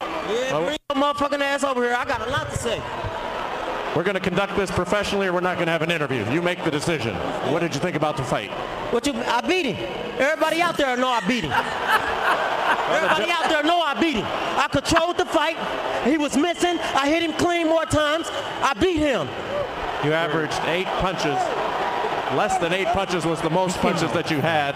Yeah, bring your motherfucking ass over here. I got a lot to say. We're going to conduct this professionally, or we're not going to have an interview. You make the decision. What did you think about the fight? What you? I beat him. Everybody out there know I beat him. Everybody out there know I beat him. I controlled the fight. He was missing. I hit him clean more times. I beat him. You averaged eight punches. Less than eight punches was the most punches that you had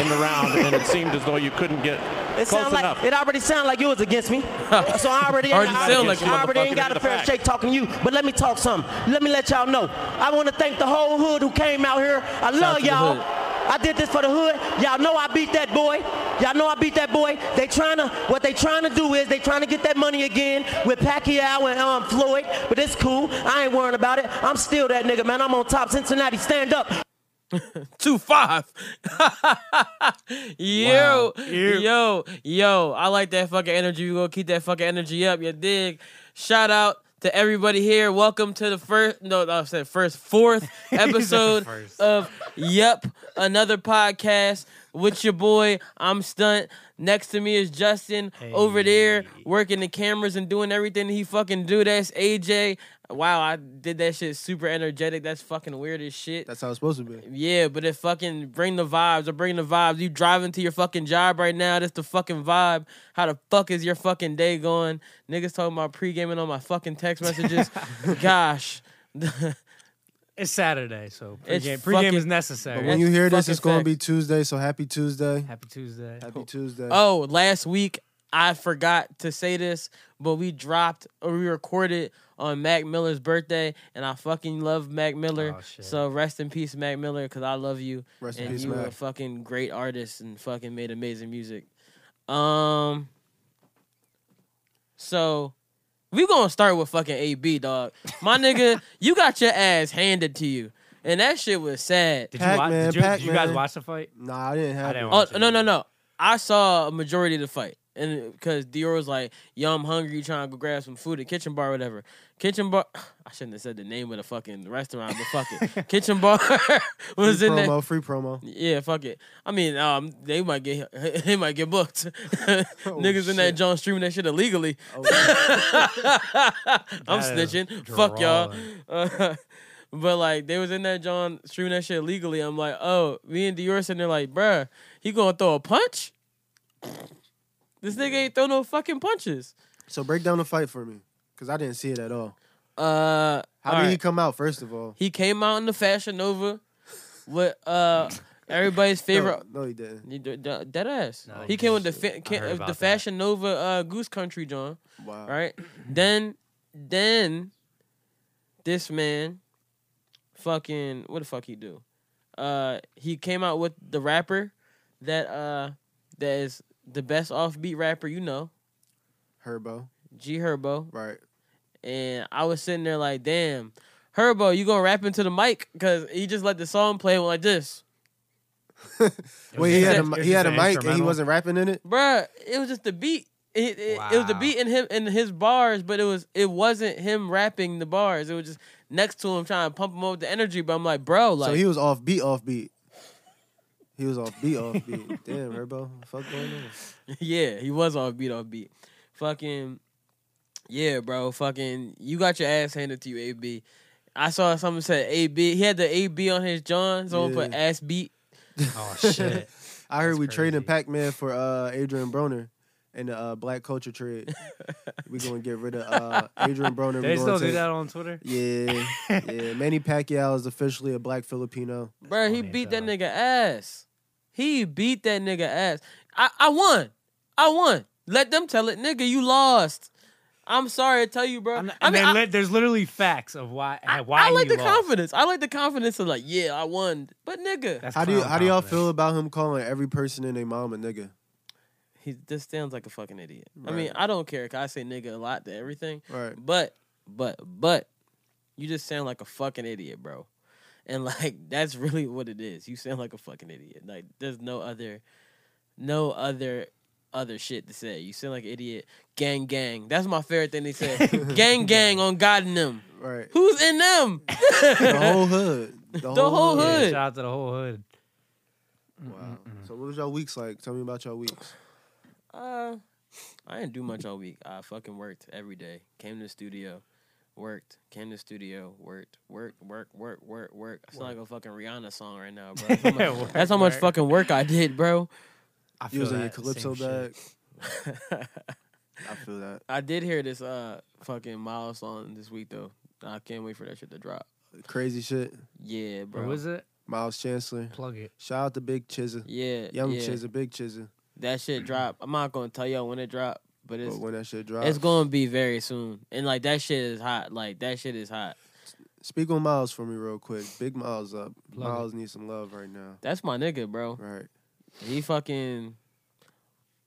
in the round, and it seemed as though you couldn't get It close sound like enough. it already sounded like you was against me. so I already, Already I, sound already, like you, I already motherfucker. ain't got a Into the fair fact. shake talking to you. But let me talk something. Let me let y'all know. I want to thank the whole hood who came out here. I love to the y'all. hood. I did this for the hood. Y'all know I beat that boy. Y'all know I beat that boy. They trying to what they trying to do is they trying to get that money again with Pacquiao and um, Floyd. But it's cool. I ain't worrying about it. I'm still that nigga, man. I'm on top. Cincinnati, stand up. two five. yo, Ew. yo, yo! I like that fucking energy. We gonna keep that fucking energy up. You dig? Shout out to everybody here. Welcome to the first no, no, I said first fourth episode of Yep, another podcast with your boy. I'm Stunt. Next to me is Justin over there working the cameras and doing everything he fucking do. That's AJ. Wow, I did that shit super energetic. That's fucking weird as shit. That's how it's supposed to be. Yeah, but it fucking bring the vibes. Or bring the vibes. You driving to your fucking job right now. That's the fucking vibe. How the fuck is your fucking day going? Niggas talking about pre gaming on my fucking text messages. Gosh. It's Saturday, so It's pregame, pregame is fucking- But necessary. when you hear this, fucking it's going fact. to be Tuesday. So happy Tuesday. Happy Tuesday. Happy Tuesday. oh, last week I forgot to say this, but we dropped or we recorded on Mac Miller's birthday, and I fucking love Mac Miller. Oh, shit. so rest in peace, Mac Miller, because I love you. Rest in and peace, you were a Mac. fucking great artist and fucking made amazing music. Um, so we gonna start with fucking AB, dog. My nigga, you got your ass handed to you, and that shit was sad. Did, you Pac-Man, watch, did, you, did you guys Pac-Man. watch the fight? Nah, I didn't have didn't it. watch Oh it. no no no! I saw a majority of the fight, and because Dior was like, "Yo, I'm hungry, trying to go grab some food at Kitchen Bar, whatever." Kitchen Bar. I shouldn't have said the name of the fucking restaurant, but fuck it. Kitchen Bar was Free in there. promo, free promo. Yeah, fuck it. I mean, um, they might get they might get booked. Niggas in that Oh, shit. Oh, John streaming that shit illegally. I'm That is snitching. Fuck y'all. Uh, but like they was in that John streaming that shit illegally. I'm like, oh, me and Dior sitting there like, bruh, he gonna throw a punch? This nigga ain't throw no fucking punches. So break down the fight for me, cause I didn't see it at all. Uh, How did he come out? First of all, he came out in the Fashion Nova with uh everybody's favorite. No, no, he didn't. You d- d- Dead ass. No, he you came with the just- fa- I came, heard uh, about the that. Fashion Nova uh, Goose Country John, Wow. right? then, then, this man, fucking, what the fuck he do? Uh, he came out with the rapper that uh that is the best offbeat rapper you know, Herbo. G Herbo. Right. And I was sitting there like, damn, Herbo, you gonna rap into the mic? Cause he just let the song play and went like this. Wait, he just had an- a he had a mic and he wasn't rapping in it. Bruh, it was just the beat. It, it, it was the Wow. beat in him in his bars, but it was it wasn't him rapping the bars. It was just next to him trying to pump him up with the energy. But I'm like, bro, like so he was off beat, off beat. He was off beat, off beat. Damn, Herbo, fuck going on. yeah, he was off beat, off beat. Fucking yeah, bro. Fucking you got your ass handed to you, AB. I saw someone said AB. He had the AB on his John. Someone put Yeah. ass beat. Oh shit! I heard That's we trading crazy. Pac Man for uh, Adrian Broner in the uh, black culture trade. we gonna get rid of uh, Adrian Broner. they We still gonna do take, that on Twitter. Yeah, yeah. Manny Pacquiao is officially a black Filipino. Bro, he funny as beat that hell. nigga ass. He beat that nigga ass. I, I won. I won. Let them tell it, nigga. You lost. I'm sorry to tell you, bro. I'm not- I and mean, they I, lit- there's literally facts of why I- why I like he the lost. confidence. I like the confidence of like, yeah, I won. But nigga, That's How do you clown how do y'all feel confidence. about him calling every person in their mom a nigga? he just sounds like a fucking idiot. I Right. mean, I don't care. Cause I say nigga a lot to everything. Right. But but but you just sound like a fucking idiot, bro. And like that's really what it is. You sound like a fucking idiot. Like there's no other no other other shit to say. You sound like an idiot. Gang gang. That's my favorite thing they said. gang gang on God and them. Right. Who's in them? The whole hood. The, whole Yeah, hood. shout out to the whole hood. Wow. So what was y'all weeks like? Tell me about y'all weeks. Uh, I didn't do much all week. I fucking worked every day. Came to the studio, worked. Came to the studio, worked, worked, work, work, work, work. I sound like a fucking Rihanna song right now, bro. That's how much, Work, that's how much work. fucking work I did, bro. I You was in your that, same calypso shit. bag. I feel that. I did hear this uh fucking Miles song this week though. I can't wait for that shit to drop. Crazy shit. Yeah, Or bro. was it? Miles Chancellor. Plug it. Shout out to Big Chizza. Yeah, Young yeah. Chizza, Big Chizza. That shit drop. I'm not gonna tell y'all when it drop, but it's But when that shit drops. it's gonna be very soon. And like that shit is hot. Like that shit is hot. Speak on Miles for me real quick. Big Miles up. it. Miles needs some love right now. That's my nigga, bro. Right. He fucking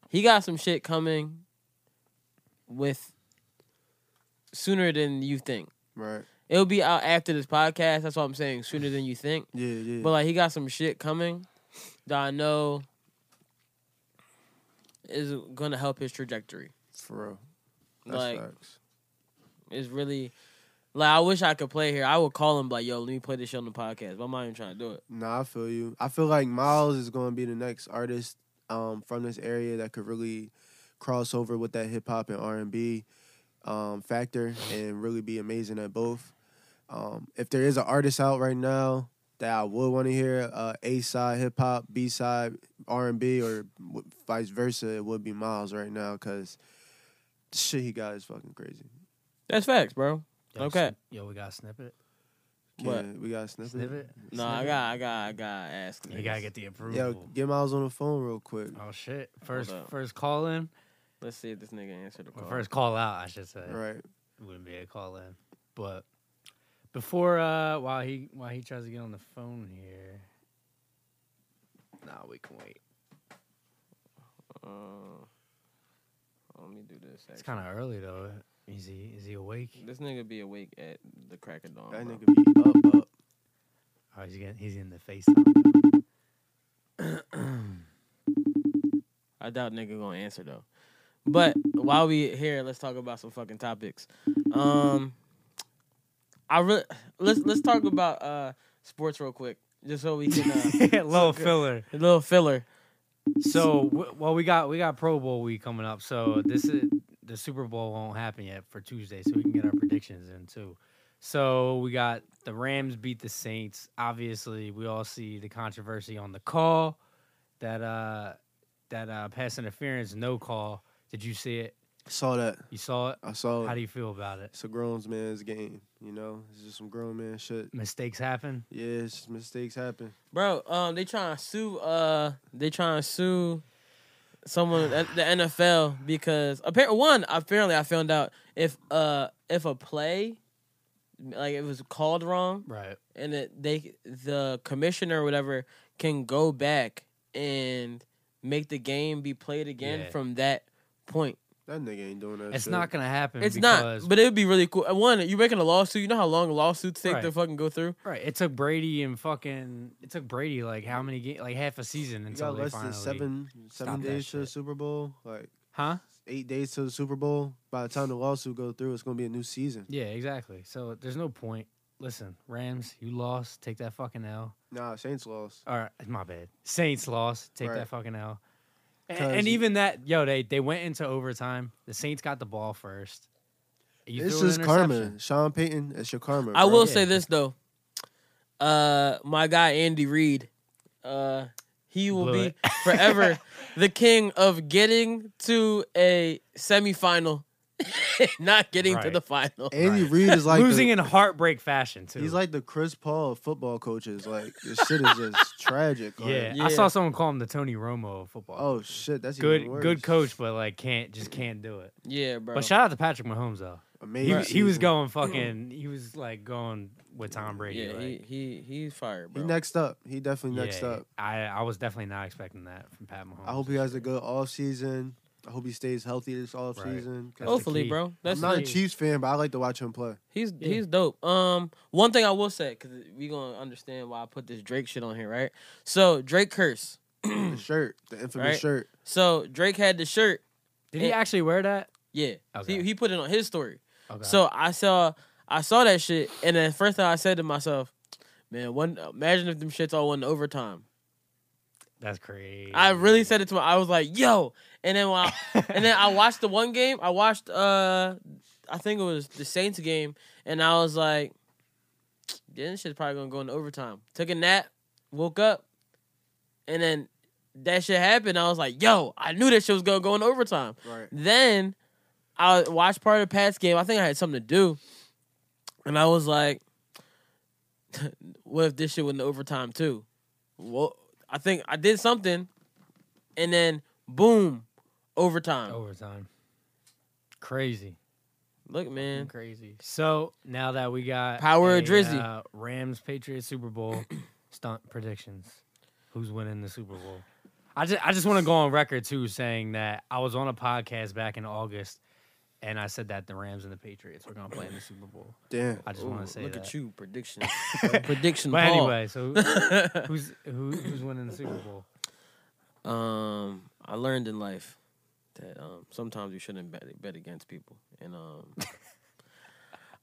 he got some shit coming with sooner than you think. Right. It'll be out after this podcast. That's what I'm saying. Sooner than you think. Yeah, yeah. But like he got some shit coming that I know is gonna help his trajectory. for real. That's like facts. it's really like I wish I could play here. I would call him like, yo, let me play this shit on the podcast. But I'm not even trying to do it. Nah, I feel you. I feel like Miles is gonna be the next artist um, from this area that could really cross over with that hip hop and R and B um, factor and really be amazing at both. Um, if there is an artist out right now that I would want to hear uh, A side hip hop, B side R and B, or w- vice versa, it would be Miles right now because shit he got is fucking crazy. That's facts, bro. Yo, Okay. snip- Yo, we got to snip it. What? Yeah, we got a snippet. Snip it. No, I got I got I gotta ask You niggas. gotta get the approval. Yo, get Miles on the phone real quick. oh shit! First, up. first call in Let's see if this nigga answered the or call. first call out, I should say. All right. Wouldn't be a call in, but before uh, while he while he tries to get on the phone here. Nah, we can wait. Uh, oh, let me do this. It's Actually. kind of early though. Is he is he awake? This nigga be awake at the crack of dawn. That bro. nigga be up, up. Oh, he's getting, he's in the FaceTime. I doubt nigga gonna answer though. But while we here, let's talk about some fucking topics. Um, I really let's let's talk about uh sports real quick, just so we can uh, Little filler. a little filler. So w- well, we got we got Pro Bowl week coming up. So this is the Super Bowl won't happen yet for Tuesday, so we can get our predictions in too. So we got the Rams beat the Saints. Obviously, we all see the controversy on the call that uh that uh pass interference no call. Did you see it? Saw that. You saw it? I saw How it. do you feel about it? it's a grown man's game, you know? It's just some grown man shit. Mistakes happen. Yeah, it's just mistakes happen. Bro, um, they trying to sue. Uh, they trying to sue someone at the NFL because apparently one apparently I found out if uh if a play like it was called wrong Right. and it, they the commissioner or whatever can go back and make the game be played again Yeah. from that point. That nigga ain't doing that It's shit. not gonna happen. It's because, not, but it would be really cool. And One, you're making a lawsuit. You know how long lawsuits take to Right. fucking go through. Right. It took Brady and fucking it took Brady like how many games like half a season You until got they less finally than seven seven stopped that days to the shit. Super Bowl, like Huh? eight days to the Super Bowl. By the time the lawsuit go through, it's gonna be a new season. Yeah, exactly. So there's no point. Listen, Rams, you lost. Take that fucking L. Nah, Saints lost. All right, my bad. Saints lost. Take Right. that fucking L. A- 'Cause And, you- even that, yo, they they went into overtime. The Saints got the ball first. You it's threw an just karma. interception. Sean Payton, it's your karma. I bro. will Yeah. say this though. Uh my guy Andy Reid, uh he will Blew be it. forever the king of getting to a semifinal, not getting to Right. the final. Andy Reid is like Losing the, in heartbreak fashion too. He's like the Chris Paul of football coaches. Like this shit is just tragic. like, yeah. Yeah. I saw someone call him the Tony Romo of football. Oh shit, that's good, even worse. good coach, but like can't just can't do it. Yeah, bro. But shout out to Patrick Mahomes though. He, Amazing. he was season. going fucking. He was like going with Tom Brady. yeah, like, he, he he's fired, He bro. next up. He definitely next Yeah, up. I, I was definitely not expecting that from Pat Mahomes. I hope he has a good off season. I hope he stays healthy this off season. That's the Hopefully, key. bro. I'm That's not a the- Chiefs fan, but I like to watch him play. he's he's dope. Um, one thing I will say because we gonna understand why I put this Drake shit on here, right? So Drake curse. the shirt, the infamous Right. shirt. So Drake had the shirt. Did he actually wear that? Yeah, Okay. he he put it on his story. Okay. So I saw I saw that shit, and then first thing I said to myself, "Man, one imagine if them shits all went to overtime." that's crazy. I really said it to my. I was like, "Yo!" And then while, and then I watched the one game. I watched uh, I think it was the Saints game, and I was like, "Yeah, this shit's probably gonna go into overtime." Took a nap, woke up, and then that shit happened. I was like, "Yo, I knew that shit was gonna go into overtime." Right. Then I watched part of Pat's game. I think I had something to do, and I was like, "What if this shit went to overtime too?" Well, I think I did something, and then boom, overtime. Overtime. Crazy. Look, man, Crazy. So now that we got Power a, of Drizzy. uh, Rams Patriots Super Bowl stunt predictions. Who's winning the Super Bowl? I just I just want to go on record too saying that I was on a podcast back in August and I said that the Rams and the Patriots were gonna play in the Super Bowl. Damn. I just want to say look that. at you, prediction, prediction. But Paul. anyway, so who- who's who, who's winning the Super Bowl? Um, I learned in life that um, sometimes you shouldn't bet, bet against people, and um,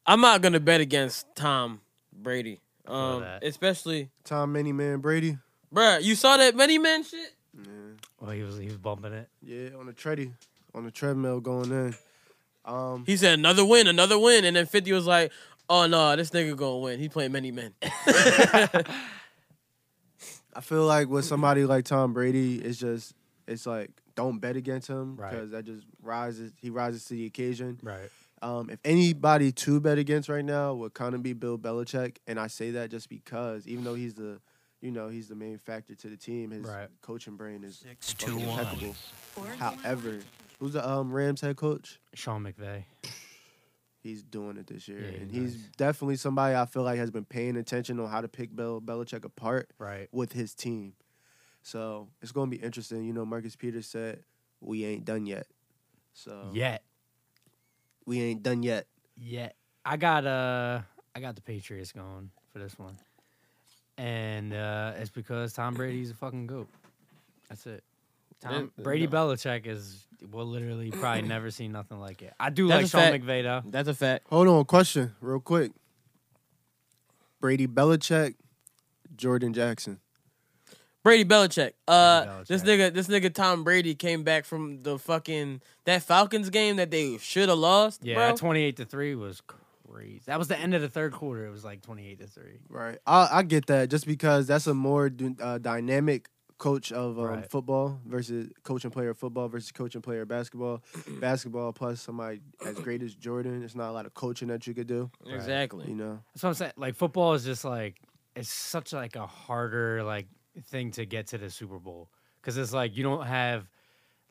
I'm not gonna bet against Tom Brady, um, that. especially, Tom Many Man Brady. bruh. You saw that many man shit? Well, he was he was bumping it. Yeah, on the tready, on the treadmill going in. Um, He said another win, another win, and then Fifty was like, "Oh no, this nigga gonna win. He playing many men." I feel like with somebody like Tom Brady, it's just it's like don't bet against him Right. because that just rises he rises to the occasion. Right. Um, if anybody to bet against right now would kind of be Bill Belichick, and I say that just because even though he's the you know he's the main factor to the team, his Right. coaching brain is fucking impeccable. However, who's the um, Rams head coach? Sean McVay. He's doing it this year, Yeah, he and he's does. definitely somebody I feel like has been paying attention on how to pick Bill Belichick apart Right. with his team. So it's going to be interesting. You know, Marcus Peters said, we ain't done yet. So Yet. we ain't done yet. Yeah, I got uh, I got the Patriots going for this one, and uh, it's because Tom Brady's a fucking goat. That's it. Tom Yeah, Brady no. Belichick is will literally probably never see nothing like it. I do like That's a Sean fact. McVay though. That's a fact. Hold on, question real quick. Brady Belichick, Jordan Jackson. Brady Belichick. Uh, Brady Belichick. this nigga, this nigga Tom Brady came back from the fucking that Falcons game that they should have lost. Yeah, bro. twenty eight to three was crazy. That was the end of the third quarter. It was like twenty eight to three. Right. I, I get that just because that's a more d- uh, dynamic coach of um, Right. football versus coach and player football versus coach and player basketball. basketball plus somebody as great as Jordan, it's not a lot of coaching that you could do, exactly. you know? That's what I'm saying. Like football is just like it's such like a harder like thing to get to the Super Bowl because it's like you don't have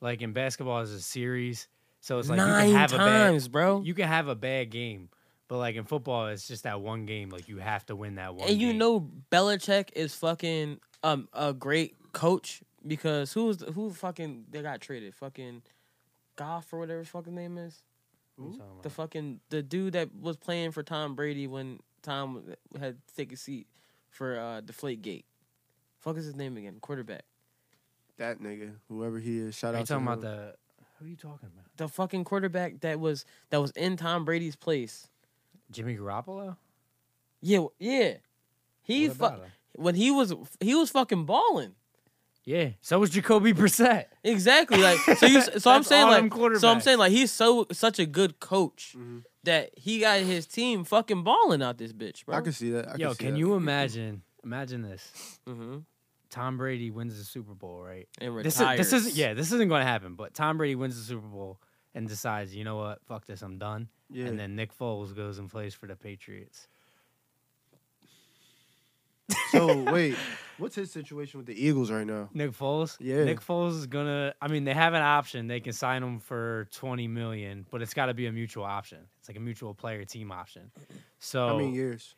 like in basketball is a series, so it's like you Nine can have times, a bro. bad, you can have a bad game, but like in football it's just that one game. Like you have to win that one. and you game. know Belichick is fucking um a great coach because who was the, who fucking they got traded fucking Goff or whatever his fucking name is What you talking the about? fucking the dude that was playing for Tom Brady when Tom had to take a seat for uh Deflate Gate. Fuck is his name again? Quarterback. That nigga, whoever he is, shout Are you out to talking him. about the? Who are you talking about? The fucking quarterback that was that was in Tom Brady's place. Jimmy Garoppolo? Yeah, w- yeah. He What fu- about him? when he was he was fucking balling. Yeah. So was Jacoby Brissett. Exactly. Like so you so I'm That's saying all like them so I'm quarterbacks. Mm-hmm. saying like he's so such a good coach that he got his team fucking balling out this bitch, bro. I can see that. I Yo, see can that. you imagine? Imagine this: mm-hmm. Tom Brady wins the Super Bowl, right? And This, retired. is, this is yeah, this isn't going to happen. But Tom Brady wins the Super Bowl and decides, you know what, fuck this, I'm done. Yeah. And then Nick Foles goes and plays for the Patriots. so wait, what's his situation with the Eagles right now? Nick Foles, Yeah. Nick Foles is gonna. I mean, they have an option; they can sign him for twenty million, but it's got to be a mutual option. It's like a mutual player team option. So How many years?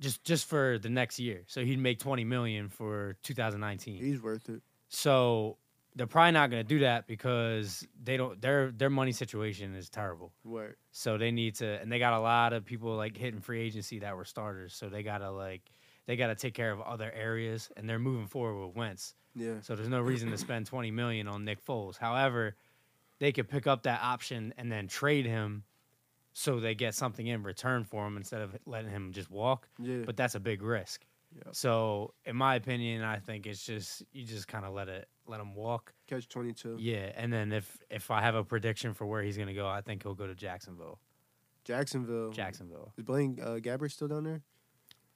just just for the next year, so he'd make twenty million for 2019. He's worth it. So they're probably not going to do that because they don't their their money situation is terrible. What? So they need to and they got a lot of people like hitting free agency that were starters. So they got to like they got to take care of other areas and they're moving forward with Wentz. Yeah. So there's no reason to spend 20 million on Nick Foles. However, they could pick up that option and then trade him so they get something in return for him instead of letting him just walk. Yeah. But that's a big risk. Yep. So, in my opinion, I think it's just you just kind of let it let him walk. Catch 22. Yeah, and then if if I have a prediction for where he's gonna go, I think he'll go to Jacksonville. Jacksonville. Jacksonville. Is Blaine uh, Gabbert still down there?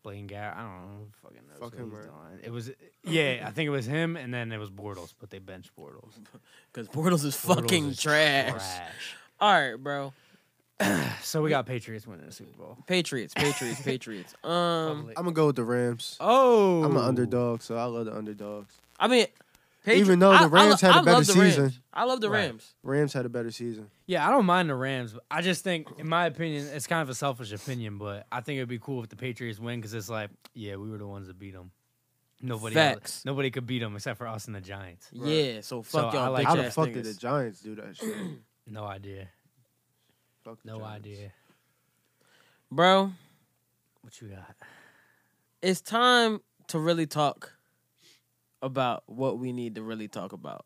Blaine Garrett. I don't know. who Fucking knows Fuck what him, he's right? doing. It was yeah. I think it was him, and then it was Bortles, but they benched Bortles. Because Bortles is Bortles fucking is trash. trash. All right, bro. So we got Patriots winning the Super Bowl. Patriots, Patriots, Patriots. Um. I'm gonna go with the Rams. oh, I'm an underdog, so I love the underdogs. I mean, Even though the I- I lo- Rams had a I love better the Rams. season. I love the Right. Rams. Rams had a better season. Yeah, I don't mind the Rams. But I just think, in my opinion, it's kind of a selfish opinion, but I think it'd be cool if the Patriots win because it's like, yeah, we were the ones that beat them. Nobody, Facts. nobody could beat them except for us and the Giants. Right. Yeah, so fuck I y'all. like- Like, Bitch How the ass fuck did the Giants do that shit? No idea. Fuck the No Giants. idea. bro? What you got? It's time to really talk about what we need to really talk about.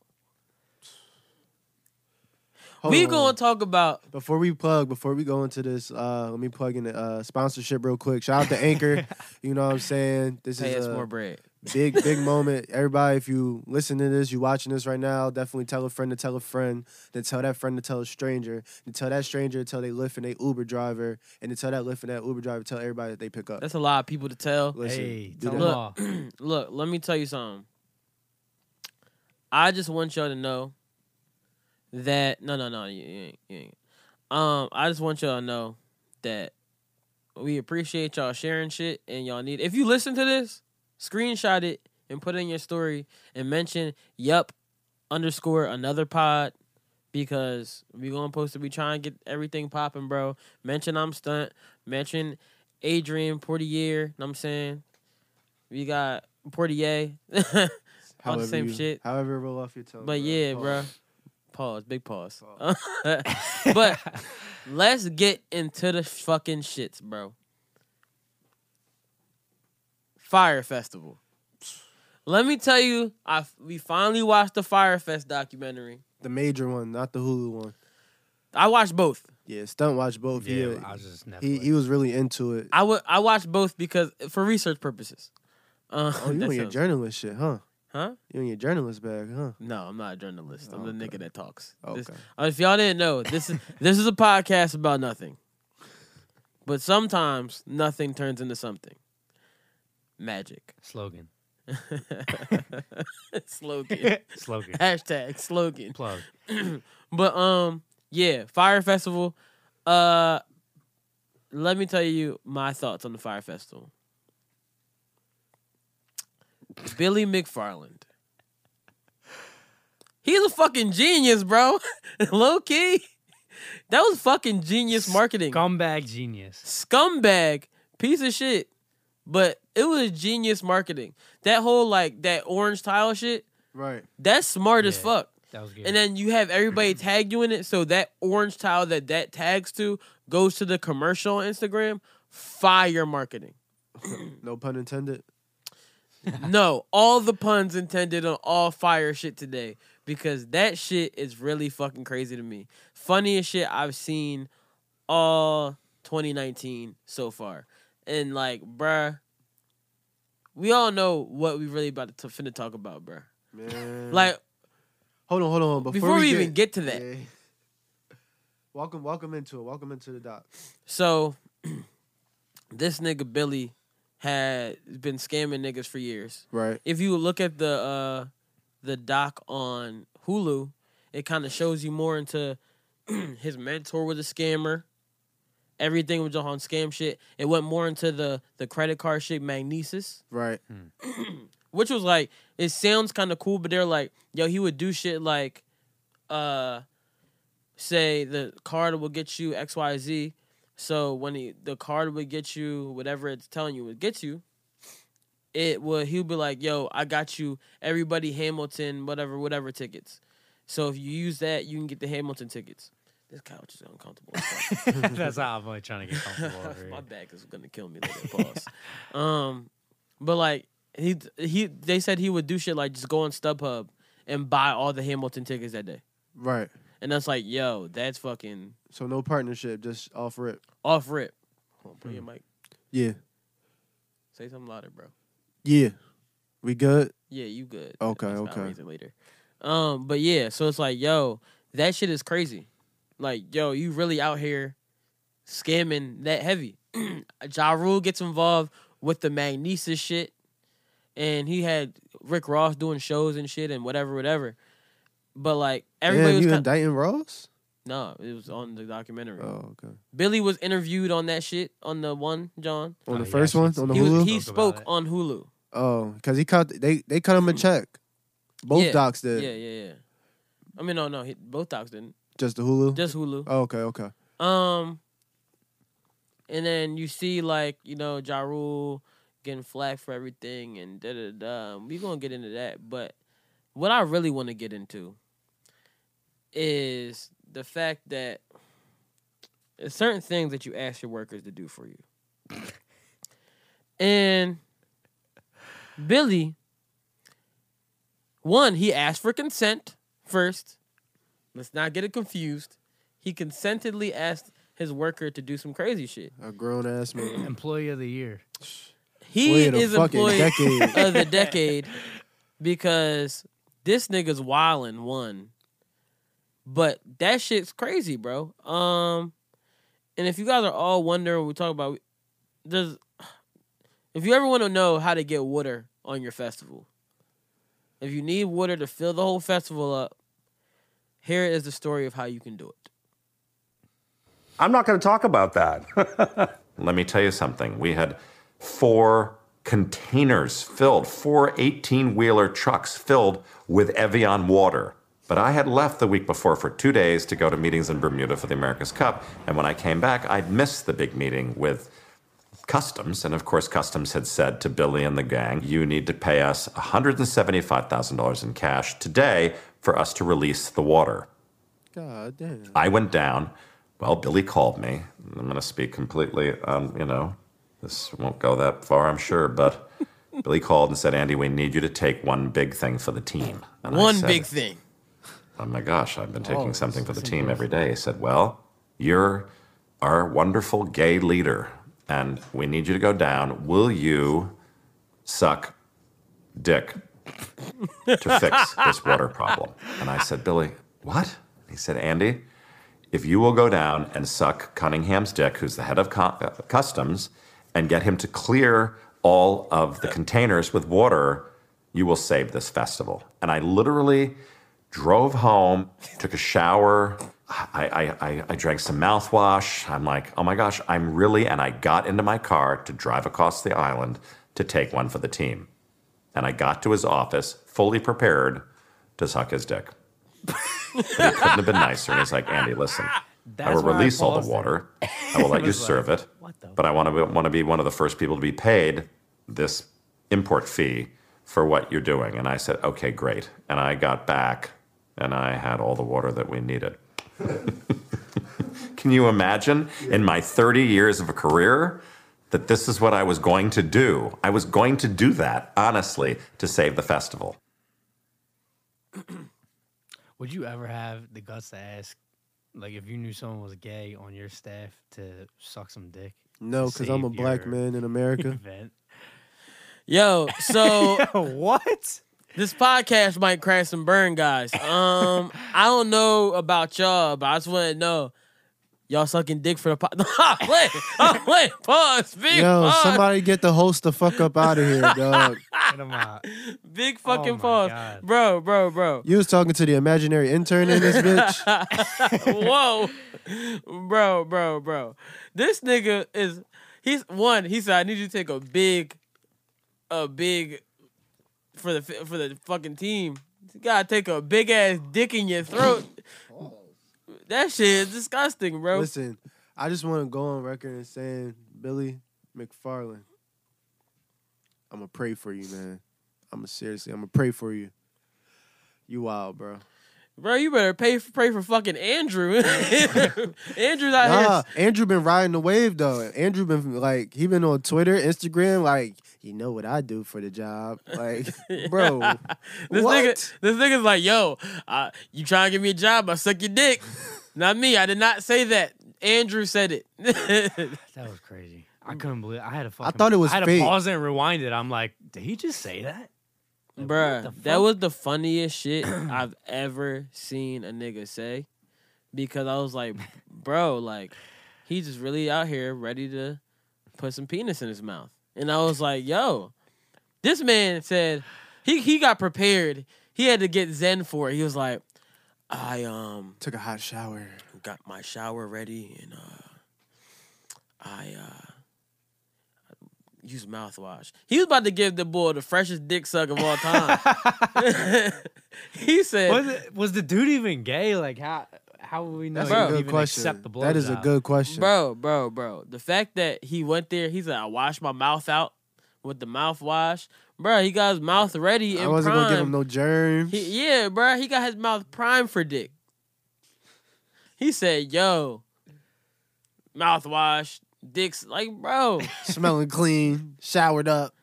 Hold we on, hold gonna on. talk about Before we plug, before we go into this, uh, let me plug in the uh, sponsorship real quick. Shout out to Anchor. you know what I'm saying? This pay us is a more bread. big, big moment. Everybody, if you listen to this, you watching this right now, definitely tell a friend to tell a friend. Then tell that friend to tell a stranger. Then tell that stranger to tell they Lyft and they Uber driver. And then tell that Lyft and that Uber driver, tell everybody that they pick up. That's a lot of people to tell. Listen, hey, do tell that. them all. Look, let me tell you something. I just want y'all to know that no, no, no, you, you ain't, you ain't. Um, I just want y'all to know that we appreciate y'all sharing shit and y'all need. If you listen to this, screenshot it and put it in your story and mention yup underscore another pod because we gonna post to be trying to get everything popping, bro. Mention I'm stunt. Mention Adrian Portier. Know what I'm saying we got Portier. all the However same you- shit. However, it roll off your tongue. bro. But yeah, Pause. bro. Pause, big pause. but let's get into the fucking shits, bro. Fire Festival. Let me tell you, I we finally watched the Fire Fest documentary. The major one, not the Hulu one. I watched both. Yeah, stunt watch both. Yeah, Yeah, I was just Netflix. he he was really into it. I wa- I watched both because for research purposes. Uh, Oh, you that on your sounds- journalist shit, huh? Huh? You on your journalist bag, huh? No, I'm not a journalist. I'm the Okay. nigga that talks. Okay. This- Uh, If y'all didn't know, this is this is a podcast about nothing. But sometimes nothing turns into something. Magic. slogan, slogan. slogan, Hashtag slogan. plug. But um, yeah, Fire Festival. Uh let me tell you my thoughts on the Fire Festival. Billy McFarland. He's a fucking genius, bro. Low key. That was fucking genius marketing. Scumbag genius. Scumbag, piece of shit. But it was genius marketing. That whole like that orange tile shit, Right. that's smart as Yeah. fuck. That was good. And then you have everybody tag you in it, so that orange tile that that tags to goes to the commercial on Instagram. Fire marketing. No pun intended. no, all the puns intended on all fire shit today because that shit is really fucking crazy to me. Funniest shit I've seen all 2019 so far. And like, bruh, we all know what we really about to finna talk about, bruh. Man. Like, hold on, hold on. Before, before we even get to that. Yeah. Welcome, welcome into it. Welcome into the doc. So this nigga Billy had been scamming niggas for years. Right. If you look at the uh the doc on Hulu, it kind of shows you more into his mentor was a scammer. Everything was just on scam shit. It went more into the the credit card shit, magnesis, Right. Hmm. which was like it sounds kind of cool, but they're like, yo, he would do shit like, uh, say the card will get you X Y Z. So when he, the card would get you whatever it's telling you would get you, it would he would be like, yo, I got you everybody Hamilton whatever whatever tickets. So if you use that, you can get the Hamilton tickets. This couch is uncomfortable. as fuck. That's how I'm like trying to get comfortable over My here. back is gonna kill me later. Pause. um, but like he he they said he would do shit like just go on StubHub and buy all the Hamilton tickets that day, Right. and that's like yo, that's fucking So no partnership, just off rip. off rip. Hold on, put your mic. Yeah. Say something louder, bro. Yeah. We good? Yeah, you good. Okay, That's not okay. reason later. Um, but yeah, so it's like, yo, that shit is crazy. Like, yo, you really out here scamming that heavy. ja Rule gets involved with the Magnesis shit, and he had Rick Ross doing shows and shit and whatever, whatever. But like everybody Damn, was you kind indicting Ross? no, it was on the documentary. Oh, okay. Billy was interviewed on that shit on the one John. On Oh, the yeah, first she one? said- On the he Hulu? was, he Spoke about spoke it. on Hulu. Oh, because he caught they they cut him a check. Both Yeah, docs Yeah, did. yeah, yeah. I mean, no, no, he, both docs didn't. Just the Hulu. Just Hulu. oh, okay, okay. Um, and then you see like you know Ja Rule getting flack for everything and da da da. We gonna get into that, but what I really want to get into is the fact that there's certain things that you ask your workers to do for you, and Billy, one he asked for consent first. Let's not get it confused. He consentedly asked his worker to do some crazy shit. A grown ass man. Employee of the year. He Wait a is fucking employee decade. of the decade because this nigga's wildin' one. But that shit's crazy, bro. Um, and if you guys are all wondering, we talk about there's if you ever want to know how to get water on your festival, if you need water to fill the whole festival up, here is the story of how you can do it. I'm not going to talk about that. Let me tell you something. We had four containers filled, four 18 wheeler trucks filled with Evian water. But I had left the week before for two days to go to meetings in Bermuda for the America's Cup. And when I came back, I'd missed the big meeting with Customs, and of course, Customs had said to Billy and the gang, you need to pay us $175,000 in cash today for us to release the water. God damn. I went down. Well, Billy called me. I'm going to speak completely, um, you know, this won't go that far, I'm sure, but Billy called and said, Andy, we need you to take one big thing for the team. And I One said, big thing. Oh my gosh, I've been taking Oh, something for this the is team every day. He said, Well, you're our wonderful gay leader, and we need you to go down. Will you suck dick to fix this water problem? And I said, Billy, what? He said, Andy, if you will go down and suck Cunningham's dick, who's the head of co- uh, customs, and get him to clear all of the containers with water, you will save this festival. And I literally drove home, took a shower. I, I, I, I drank some mouthwash. I'm like, oh my gosh, I'm really. And I got into my car to drive across the island to take one for the team. And I got to his office fully prepared to suck his dick. but he couldn't have been nicer. And he's like, Andy, listen, I will where I release all the paused it. water. I will let you serve it. But I want to want to be one of the first people to be paid this import fee for what you're doing. And I said, okay, great. And I got back, and I had all the water that we needed. Can you imagine in my 30 years of a career that this is what I was going to do? I was going to do that, honestly, to save the festival. Would you ever have the guts to ask, like, if you knew someone was gay on your staff to suck some dick? No, to because I'm a save black your man in America. Event. Yo, so what? this podcast might crash and burn, guys. Um, I don't know about y'all, but I just want to know y'all sucking dick for the pot. I'm playing. I'm playing. Pause. Big Yo, pause. somebody get the host the fuck up out of here, dog. Get 'em out. Big Oh fucking my pause, God. bro, bro, bro. You was talking to the imaginary intern in this bitch. Whoa, bro, bro, bro. This nigga is. He's one. He said, "I need you to take a big, a big, for the for the fucking team. You gotta take a big ass dick in your throat." That shit is disgusting, bro. Listen, I just want to go on record and saying, Billy McFarland, I'm gonna pray for you, man. I'm gonna seriously, I'm gonna pray for you. You wild, bro. Bro, you better pay for, pray for fucking Andrew. Andrew's out Nah, here. Andrew been riding the wave though. Andrew been like, he been on Twitter, Instagram, like, you know what I do for the job, like, bro. This what? nigga, this nigga's like, yo, uh, you trying to give me a job? I suck your dick. not me. I did not say that. Andrew said it. That was crazy. I Mm. couldn't believe I had a fucking. thought it was I had fake. to pause it and rewind it. I'm like, did he just say that? Bruh, the that fuck? was the funniest shit I've ever seen a nigga say. Because I was like, bro, like, he's just really out here ready to put some penis in his mouth. And I was like, yo, this man said he he got prepared. He had to get Zen for it. He was like, I um Took a hot shower. got my shower ready and uh I uh use mouthwash. He was about to give the boy the freshest dick suck of all time. he said Was it? Was the dude even gay? Like how? How would we know? That's he Bro. a would good even question. Accept the that is a blowjob? good question. Bro, bro, bro. The fact that he went there, he said I washed my mouth out with the mouthwash. Bro, he got his mouth ready and I wasn't prime. gonna give him no germs. He, yeah, bro, he got his mouth primed for dick. He said, "Yo, mouthwash, dicks like, bro, Smelling clean, showered up.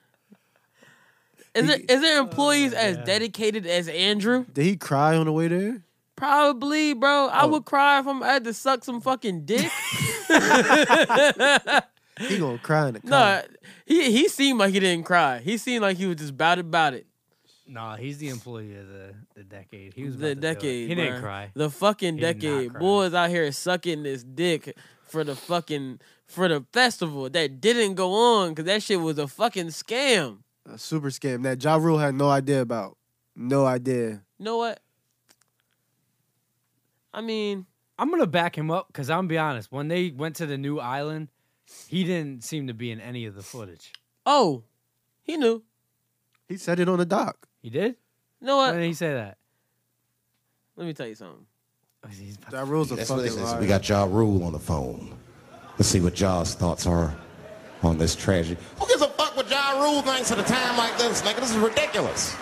is there is there employees Oh, as God. dedicated as Andrew? Did he cry on the way there? Probably, bro. I Oh. would cry if I'm, I had to suck some fucking dick. He gonna cry in the car. no, he he seemed like he didn't cry. He seemed like he was just about about it. Nah, he's the employee of the, the decade. He was about the to do it. decade. He didn't bruh. cry. The fucking He did not decade. cry. Boys out here sucking this dick for the fucking for the festival that didn't go on because that shit was a fucking scam. A super scam that Ja Rule had no idea about. No idea. You know what? I mean, I'm gonna back him up because I'm gonna be honest. When they went to the new island, he didn't seem to be in any of the footage. oh, he knew. He said it on the dock. He did? You know When did what? he say that? Let me tell you something. He's about Ja to- Rule's a That's what it fucking is. liar. We got Ja Rule on the phone. Let's see what Ja's thoughts are on this tragedy. Who gives a fuck what Ja Rule thinks at a time like this, nigga? This is ridiculous.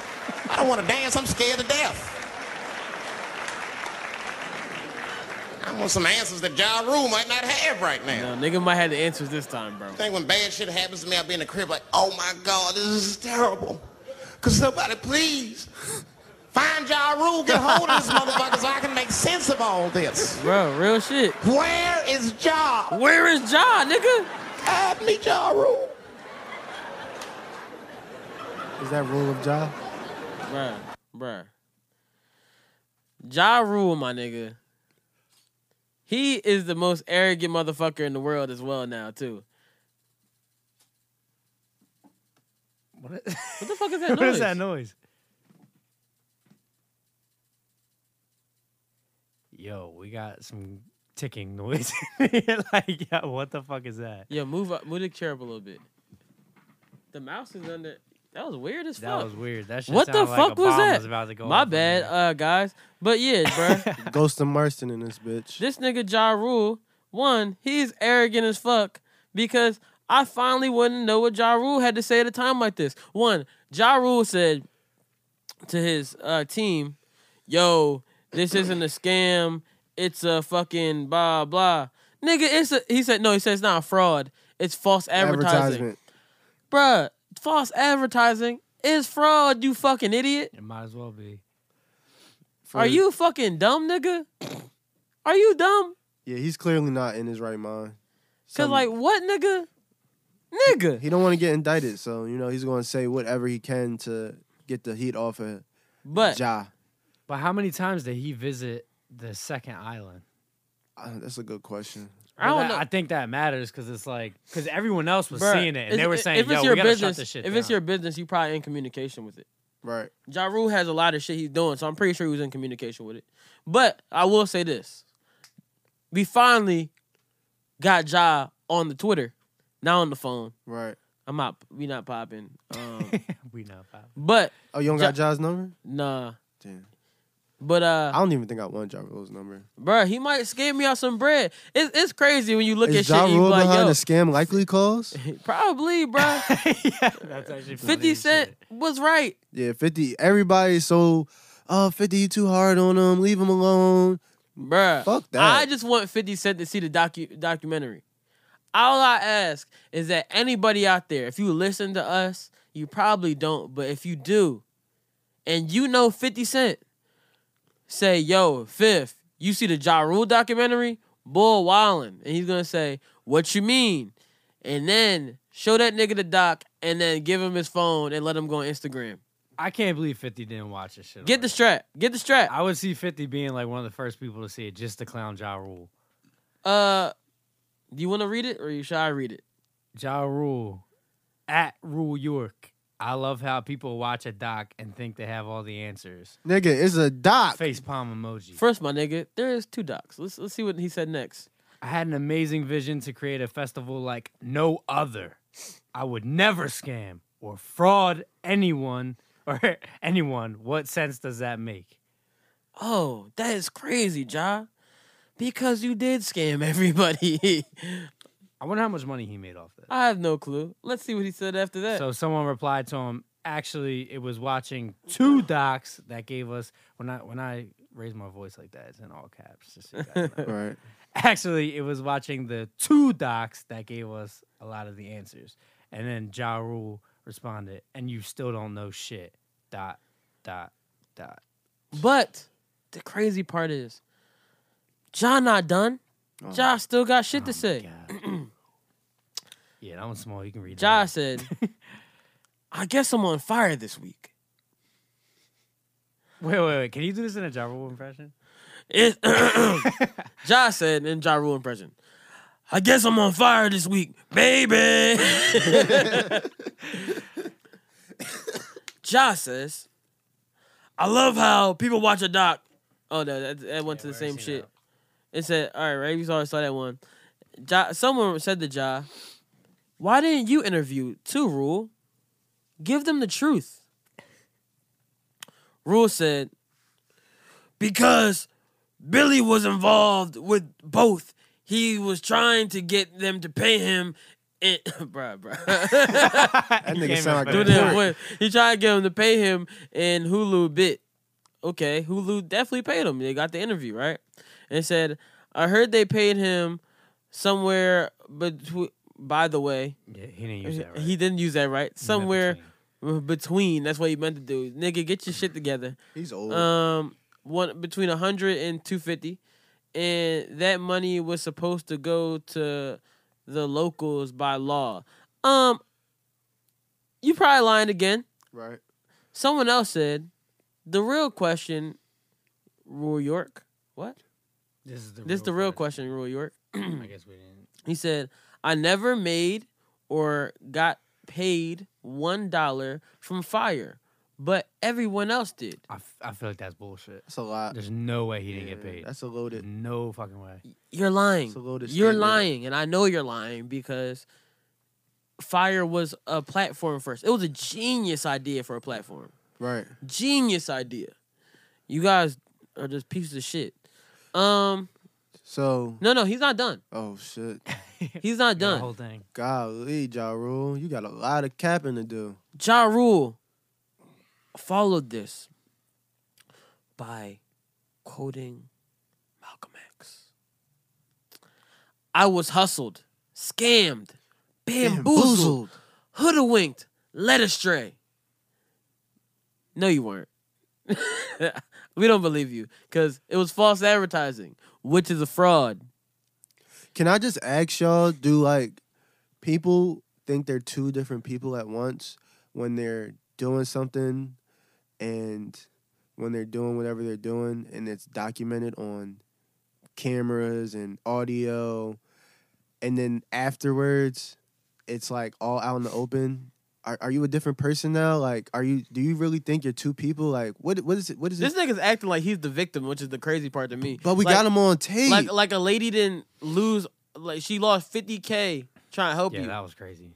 I don't want to dance. I'm scared to death. I want some answers that Ja Rule might not have right now. No, nigga might have the answers this time, bro. I think when bad shit happens to me, I'll be in the crib like, oh my God, this is terrible. Could somebody please find Ja Rule, get hold of this motherfucker so I can make sense of all this. Bro, real shit. Where is Ja? Where is Ja, nigga? Have me, Ja Rule. Is that rule of Ja? Bruh, bruh. Ja Rule, my nigga. He is the most arrogant motherfucker in the world as well now, too. What is- What the fuck is that noise? what is that noise? Yo, we got some ticking noise. like, yeah, what the fuck is that? Yeah, move up, move the chair up a little bit. The mouse is under. That was weird as That fuck. was weird. That shit What the sounded like a fuck was bomb that? about to go my off in bad, there. uh, guys. But yeah, bruh. Ghost of Marston in this bitch. this nigga Ja Rule, one, he's arrogant as fuck because I finally wouldn't know what Ja Rule had to say at a time like this. One, Ja Rule said to his uh, team, yo, this isn't a scam. It's a fucking blah, blah. Nigga, it's a, he said, no, he said it's not a fraud. It's false advertising. Bruh, false advertising is fraud, you fucking idiot. It might as well be. For- Are you fucking dumb, nigga? Are you dumb? Yeah, he's clearly not in his right mind. Cause Some- like what nigga? Nigga. he don't want to get indicted, so you know he's gonna say whatever he can to get the heat off of But Ja. But how many times did he visit the second island? Uh, That's a good question. I Well, don't that- know. I think that matters because it's like because everyone else was bruh, seeing it and they if- were saying, if it's "Yo, your we gotta shut business, this shit If it's your business, you probably in communication with it. Right. Ja Rule has a lot of shit he's doing, so I'm pretty sure he was in communication with it. But I will say this. We finally got Ja on the Twitter, not on the phone. Right. I'm not we not popping. Um, we know about it. but Oh, you don't Ja- got Ja's number? nah. Damn. But uh I don't even think I want Ja Rule's number. Bruh, he might scam me out some bread. It's it's crazy when you look at Is Ja shit. and You Rule be like, behind yo, the scam likely calls? probably, bruh. yeah, that's actually funny Fifty as Cent shit. was right. Yeah, 50. Everybody's so, oh, 50, you too hard on him. Leave him alone. Bruh. Fuck that. I just want 50 Cent to see the docu- documentary. All I ask is that anybody out there, if you listen to us, you probably don't, but if you do, and you know 50 Cent, say, yo, Fifth, you see the Ja Rule documentary? Bull Wallin. And he's gonna say, what you mean? and then show that nigga the doc and then give him his phone and let him go on Instagram. I can't believe 50 didn't watch this shit. Get the already. strap. Get the strap. I would see 50 being like one of the first people to see it, just the clown Ja Rule. Uh, do you want to read it or you should I read it? Ja Rule at Rule York. I love how people watch a doc and think they have all the answers. Nigga, it's a doc. Face palm emoji. First, my nigga, there is two docs. Let's let's see what he said next. I had an amazing vision to create a festival like no other. I would never scam or fraud anyone or anyone. What sense does that make? Oh, that is crazy, Ja. Because you did scam everybody. I wonder how much money he made off that. I have no clue. Let's see what he said after that. So someone replied to him. Actually, it was watching two docs that gave us when I when I raise my voice like that, it's in all caps. just so you guys know. Right. Actually, it was watching the two docs that gave us a lot of the answers. And then Ja Rule responded, and you still don't know shit. Dot, dot, dot. but the crazy part is, Ja not done. Ja still got shit to say. Oh God. yeah, that one's small. You can read that. Ja said, "I guess I'm on fire this week. Wait, wait, wait. Can you do this in a Ja Rule impression? It, ja said in Ja Rule impression, I guess I'm on fire this week, baby. ja says, I love how people watch a doc. Oh, no, that, that went to Yeah, the we same already seen shit. that. It said, all right, right? We already saw that one. Ja, someone said to Ja, why didn't you interview two Rule? Give them the truth. Rule said, because Billy was involved with both. He was trying to get them to pay him. And, bruh, bruh. That nigga came sound up like Do a with it. that port. what- He tried to get him to pay him, and Hulu bit. Okay, Hulu definitely paid him. They got the interview right, and said, "I heard they paid him somewhere, but by the way, Yeah, he didn't use that right. he didn't use that right. Somewhere between. between. That's what he meant to do. Nigga, get your shit together. He's old. Um, one between 100 and 250, and that money was supposed to go to the locals by law. Um, you probably lying again. right. Someone else said, the real question, Rule York. What? this is the This is the real question, Rule York. question. I guess we didn't. He said, I never made or got paid one dollar from fire, but everyone else did. I, f- I feel like that's bullshit. That's a lot. There's no way he didn't Yeah, get paid. That's a loaded. no fucking way. You're lying. It's a loaded You're statement. lying, and I know you're lying because fire was a platform first. It was a genius idea for a platform. Right. Genius idea. You guys are just pieces of shit. Um, So, no, no, he's not done. oh shit. He's not The whole done. thing. Golly, Ja Rule, you got a lot of capping to do. Ja Rule followed this by quoting Malcolm X. I was hustled, scammed, bamboozled, hoodwinked, led astray. No, you weren't. we don't believe you because it was false advertising, which is a fraud. Can I just ask y'all, do like people think they're two different people at once when they're doing something and when they're doing whatever they're doing and it's documented on cameras and audio and then afterwards it's like all out in the open? Are, are you a different person now? Like, are you? Do you really think you're two people? Like, what? What is it? What is This it? nigga's acting like he's the victim, which is the crazy part to me. But we Like- got him on tape. Like like a lady didn't lose like she lost fifty k trying to help Yeah, you. that was crazy.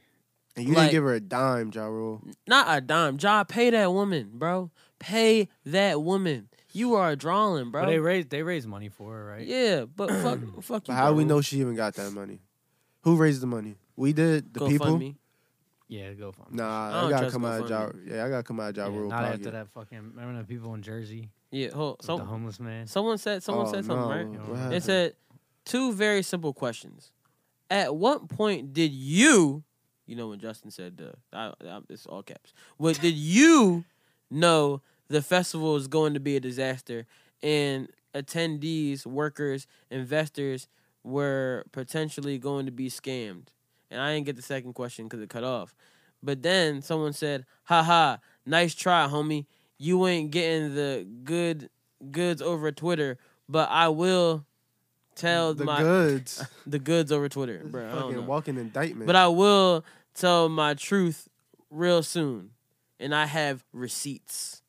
And you Like- didn't give her a dime, Ja Rule. Not a dime. Ja, pay that woman, bro. Pay that woman. You are a drawing, bro. But they raised they raised money for her, right? yeah, but fuck, fuck you. But how bro. we know she even got that money? Who raised the money? We did. The Go people. fund me. Yeah, go for it. Nah, I I, don't gotta trust come out of Ja. GoFundMe. Yeah, I gotta come out of Ja Yeah, Rule not pocket. after that fucking. Remember the people in Jersey, Yeah, hold. with Some, the homeless man. someone said someone Oh, said something no. right. What It happened? It said two very simple questions. At what point did you, you know, when Justin said, uh, I, I, "It's all caps," what did you know the festival is going to be a disaster and attendees, workers, investors were potentially going to be scammed? and I didn't get the second question because it cut off. But then someone said, "Ha ha, nice try, homie. You ain't getting the good goods over Twitter, but I will tell The my goods. the goods over Twitter, bro. I don't know. Fucking walking indictment. But I will tell my truth real soon. And I have receipts.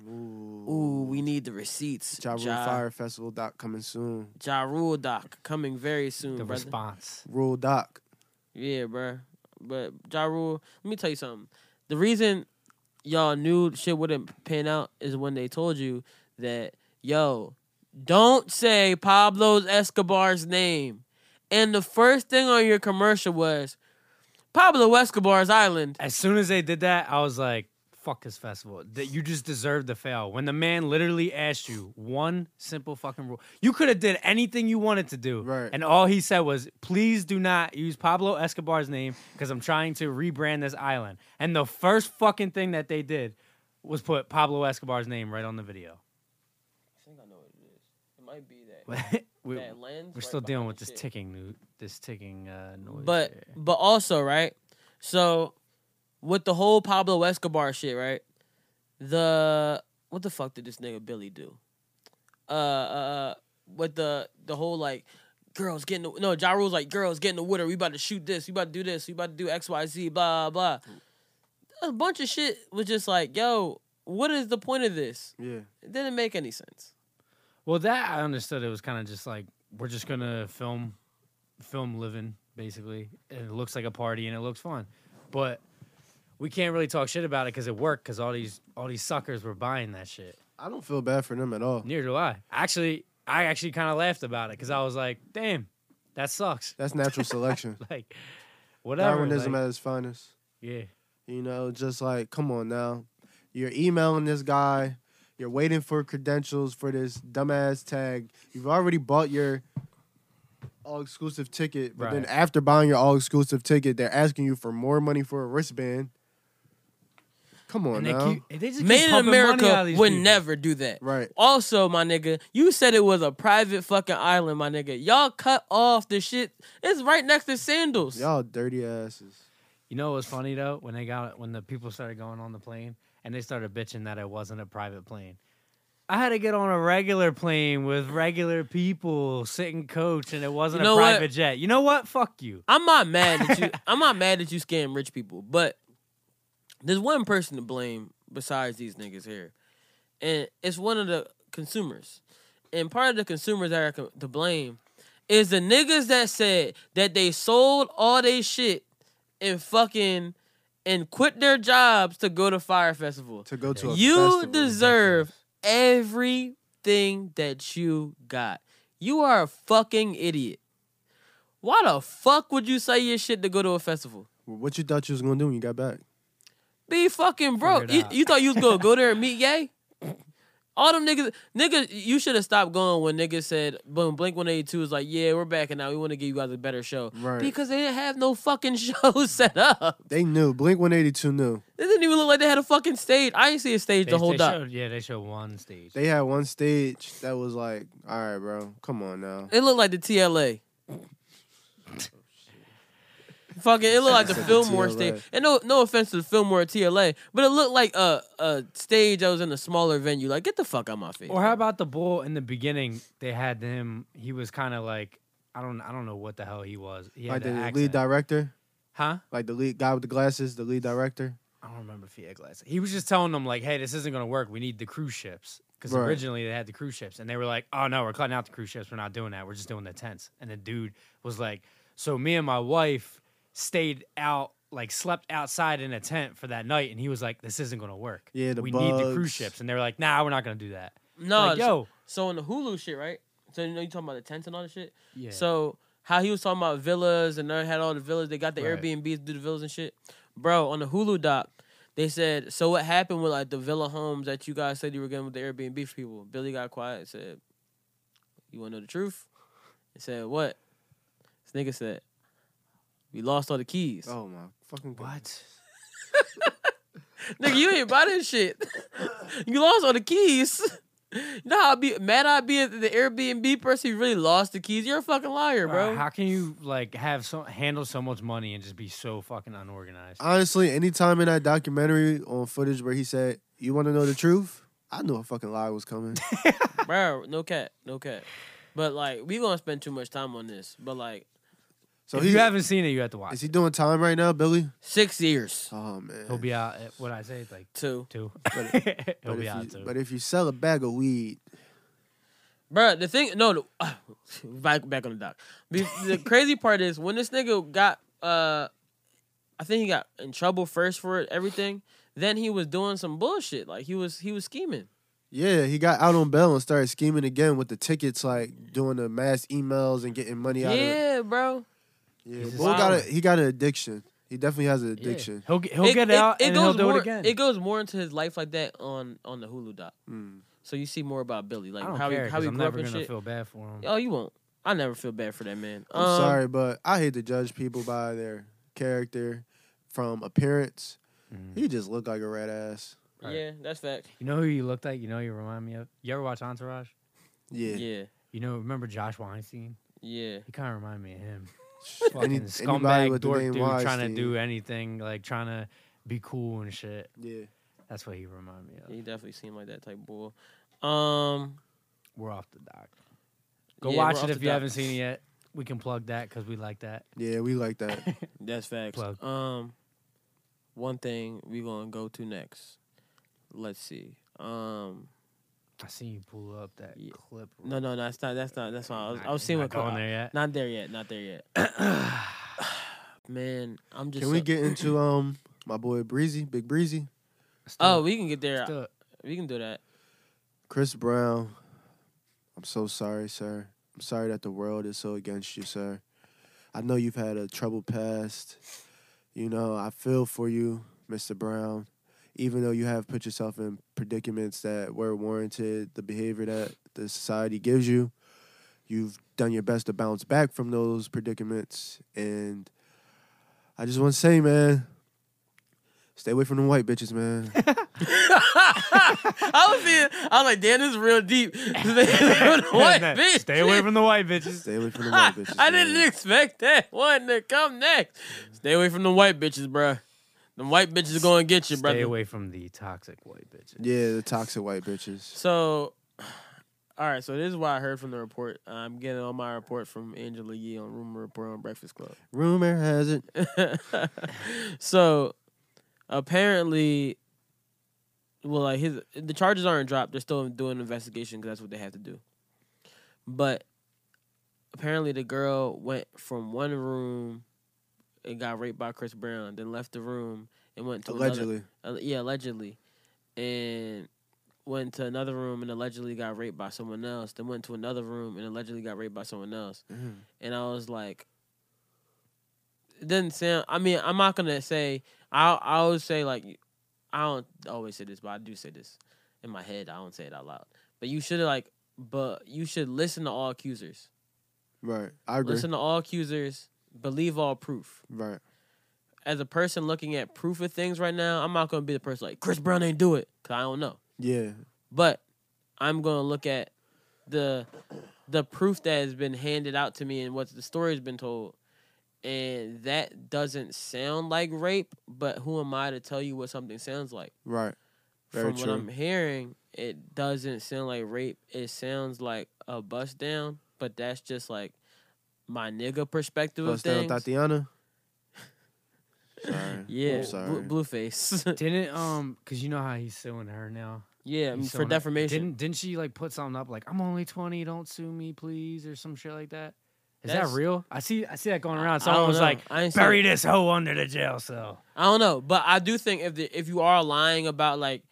Ooh. Ooh, we need the receipts. Ja Rule Ja, Fire Festival doc coming soon. Ja Rule doc coming very soon, The brother. response. Rule doc. Yeah, bruh. But Ja Rule, let me tell you something. The reason y'all knew shit wouldn't pan out is when they told you that, yo, don't say Pablo Escobar's name. And the first thing on your commercial was Pablo Escobar's Island. As soon as they did that, I was like, fuck this festival. That you just deserve to fail. When the man literally asked you one simple fucking rule. You could have did anything you wanted to do. Right. And all he said was, please do not use Pablo Escobar's name because I'm trying to rebrand this island. And the first fucking thing that they did was put Pablo Escobar's name right on the video. I think I know what it is. It might be that. we, That we're lens right still dealing behind with the this shit. ticking nu- this ticking uh, noise. But here. but also right, so with the whole Pablo Escobar shit, right? The what the fuck did this nigga Billy do? Uh, uh, with the the whole like girls getting the, no Ja Rule's like girls getting the water. We about to shoot this. We about to do this. We about to do X Y Z. Blah blah. A bunch of shit was just like, yo, what is the point of this? Yeah. It didn't make any sense. Well, that I understood. It was kind of just like we're just gonna film, film living basically, and it looks like a party and it looks fun, but we can't really talk shit about it because it worked because all these all these suckers were buying that shit. I don't feel bad for them at all. Neither do I. Actually, I actually kind of laughed about it because I was like, damn, that sucks. That's natural selection. Like, whatever. Darwinism like, at its finest. yeah. You know, just like, come on now. You're emailing this guy. You're waiting for credentials for this dumbass tag. You've already bought your all exclusive ticket, but then Right. after buying your all exclusive ticket, they're asking you for more money for a wristband. Come on And they now. keep, they just keep Made in pumping money out America of would these people. never do that. Right. Also, my nigga, you said it was a private fucking island, my nigga. Y'all cut off the shit. It's right next to sandals. Y'all dirty asses. You know what was funny though? When they got when the people started going on the plane and they started bitching that it wasn't a private plane. I had to get on a regular plane with regular people sitting coach and it wasn't know a what? private jet. You know what? Fuck you. I'm not mad that you. I'm not mad that you scam rich people, but there's one person to blame besides these niggas here, and it's one of the consumers. And part of the consumers that are co- to blame is the niggas that said that they sold all they shit and fucking and quit their jobs to go to Fire Festival. To go to a You festival. deserve everything that you got. You are a fucking idiot. Why the fuck would you say your shit to go to a festival? What you thought you was gonna do when you got back? Be fucking broke. Figure it You, out. you thought you was gonna go there and meet gay? All them niggas, niggas, you should have stopped going when niggas said, boom, Blink 182 was like, yeah, we're backing out. We want to give you guys a better show. Right. Because they didn't have no fucking show set up. They knew. Blink 182 knew. It didn't even look like they had a fucking stage. I didn't see a stage They, to hold they up. Showed, yeah, they showed one stage. They had one stage that was like, all right, bro, come on now. It looked like the TLA. Fucking, it looked like the said the Fillmore TLA. stage. And no, no offense to the Fillmore or TLA, but it looked like a a stage that was in a smaller venue. Like, get the fuck out my face. Or how about the bull in the beginning? They had him. He was kind of like I don't I don't know what the hell he was. He had Like the an lead accent. director, huh? like the lead guy with the glasses, the lead director. I don't remember if he had glasses. He was just telling them like, "Hey, this isn't gonna work. We need the cruise ships." Because Right. originally they had the cruise ships, and they were like, "Oh no, we're cutting out the cruise ships. We're not doing that. We're just doing the tents." And the dude was like, "So me and my wife stayed out, like slept outside in a tent for that night." And he was like, "This isn't gonna work. Yeah, the we need the cruise bugs. ships." And they were like, "Nah, we're not gonna do that." No, like, yo, So in the Hulu shit, right? So you know you talking about the tents and all the shit. Yeah. So how he was talking about villas and they had all the villas. They got the Right. Airbnbs to do the villas and shit. Bro, on the Hulu doc, they said so. What happened with like the villa homes that you guys said you were getting with the Airbnb for people? Billy got quiet and said, "You want to know the truth?" He said, "What?" This nigga said, "We lost all the keys." Oh my fucking god. what? Nigga, you ain't buy this shit. you lost all the keys. No, I'd be mad. I'd be the Airbnb person who really lost the keys. You're a fucking liar, bro. How can you like have so handle so much money and just be so fucking unorganized? Honestly, anytime in that documentary on footage where he said, "You want to know the truth?" I knew a fucking lie was coming. bro, no cat, no cat. But like, we gonna spend too much time on this. But like, So if he you haven't seen it, you have to watch. is he doing time right now, Billy? six years, Oh man. it. He'll be out. At, what I say, like two, two. But- He'll but, be if out you, too. but if you sell a bag of weed, bro. The thing, no, no back back on the dock. Be- The crazy part is when this nigga got, uh, I think he got in trouble first for it, everything. Then he was doing some bullshit. Like he was he was scheming. yeah, he got out on bail and started scheming again with the tickets, like doing the mass emails and getting money out of Yeah, bro. Yeah, He's just Bull got a, wildin'. he got an addiction. He definitely has an Yeah. addiction. He'll get, he'll get out and he'll goes do more, it again. goes more into his life like that on on the Hulu doc. Mm. So you see more about Billy, like I don't how care. he how 'cause he I'm grew up never and gonna shit. feel bad for him. Oh, you won't. I never feel bad for that man. I'm Um, sorry, but I hate to judge people by their character from appearance. Mhm. He just looked like a rat ass. Right. Yeah, that's fact. You know who you look like? You know who you remind me of? You ever watch Entourage? Yeah. Yeah, You know, remember Josh Weinstein? yeah. He kind of remind me of him. Any- Fucking anybody scumbag with the dork name dude trying to Weinstein. do anything, like trying to be cool and shit. Yeah. That's what he remind me of. He definitely seemed like that type boy. Um, We're off the dock. Go yeah, watch we're it off if the you dock. haven't seen it yet. We can plug that because we like that. Yeah, we like that. That's facts. Plug. Um, one thing we gonna go to next. Let's see. Um, I seen you pull up that Yeah. clip. no, no, no. That's not. That's not. That's not. I was, I was Not- seeing not what going going there yet. Not there yet. Not there yet. man, I'm just. Can we so- get into um my boy Breezy, Big Breezy, Let's do Oh, it. we can get Let's do there. it. We can do that. Chris Brown? I'm so sorry, sir. I'm sorry that the world is so against you, sir. I know you've had a troubled past. You know, I feel for you, Mr. Brown. Even though you have put yourself in predicaments that were warranted, the behavior that the society gives you, you've done your best to bounce back from those predicaments. And I just want to say, man, stay away from the white bitches, man. I was seeing, I was like, damn, this is real deep. what, Nah, bitch? Stay away from the white bitches. stay away from the I white bitches. didn't man. expect that one to come next. Stay away from the white bitches, bruh. The white bitches gonna get you, brother. Stay away from the toxic white bitches. Yeah, the toxic white bitches. So, all right. So this is what I heard from the report. I'm getting all my report from Angela Yee on Rumor Report on Breakfast Club. Rumor has it. so apparently well like his the charges aren't dropped they're still doing an investigation because that's what they have to do but apparently the girl went from one room and got raped by chris brown then left the room and went to another- Allegedly. uh, yeah allegedly and went to another room and allegedly got raped by someone else then went to another room and allegedly got raped by someone else and I was like, it doesn't sound. I mean, I'm not gonna say. I I always say like, I don't always say this, but I do say this in my head. I don't say it out loud. But you should like, but you should listen to all accusers. Right. I agree. Listen to all accusers. Believe all proof. Right. As a person looking at proof of things right now, I'm not gonna be the person like Chris Brown ain't do it because I don't know. Yeah. But I'm gonna look at the the proof that has been handed out to me and what the story has been told. And that doesn't sound like rape, but who am I to tell you what something sounds like? Right. Very From true. what I'm hearing, it doesn't sound like rape. It sounds like a bust down, but that's just like my nigga perspective Bust of down things. Tatiana. Sorry. yeah, I'm Blue, sorry. blueface. Didn't um, cause you know how he's suing her now. He's yeah, Um, for suing her. defamation. Didn't didn't she like put something up like I'm only 20, don't sue me, please, or some shit like that? Is That's- that real? I see I see that going I around. don't Someone was know. like, I ain't seen bury it. this hoe under the jail cell. I don't know, but I do think if the, if you are lying about like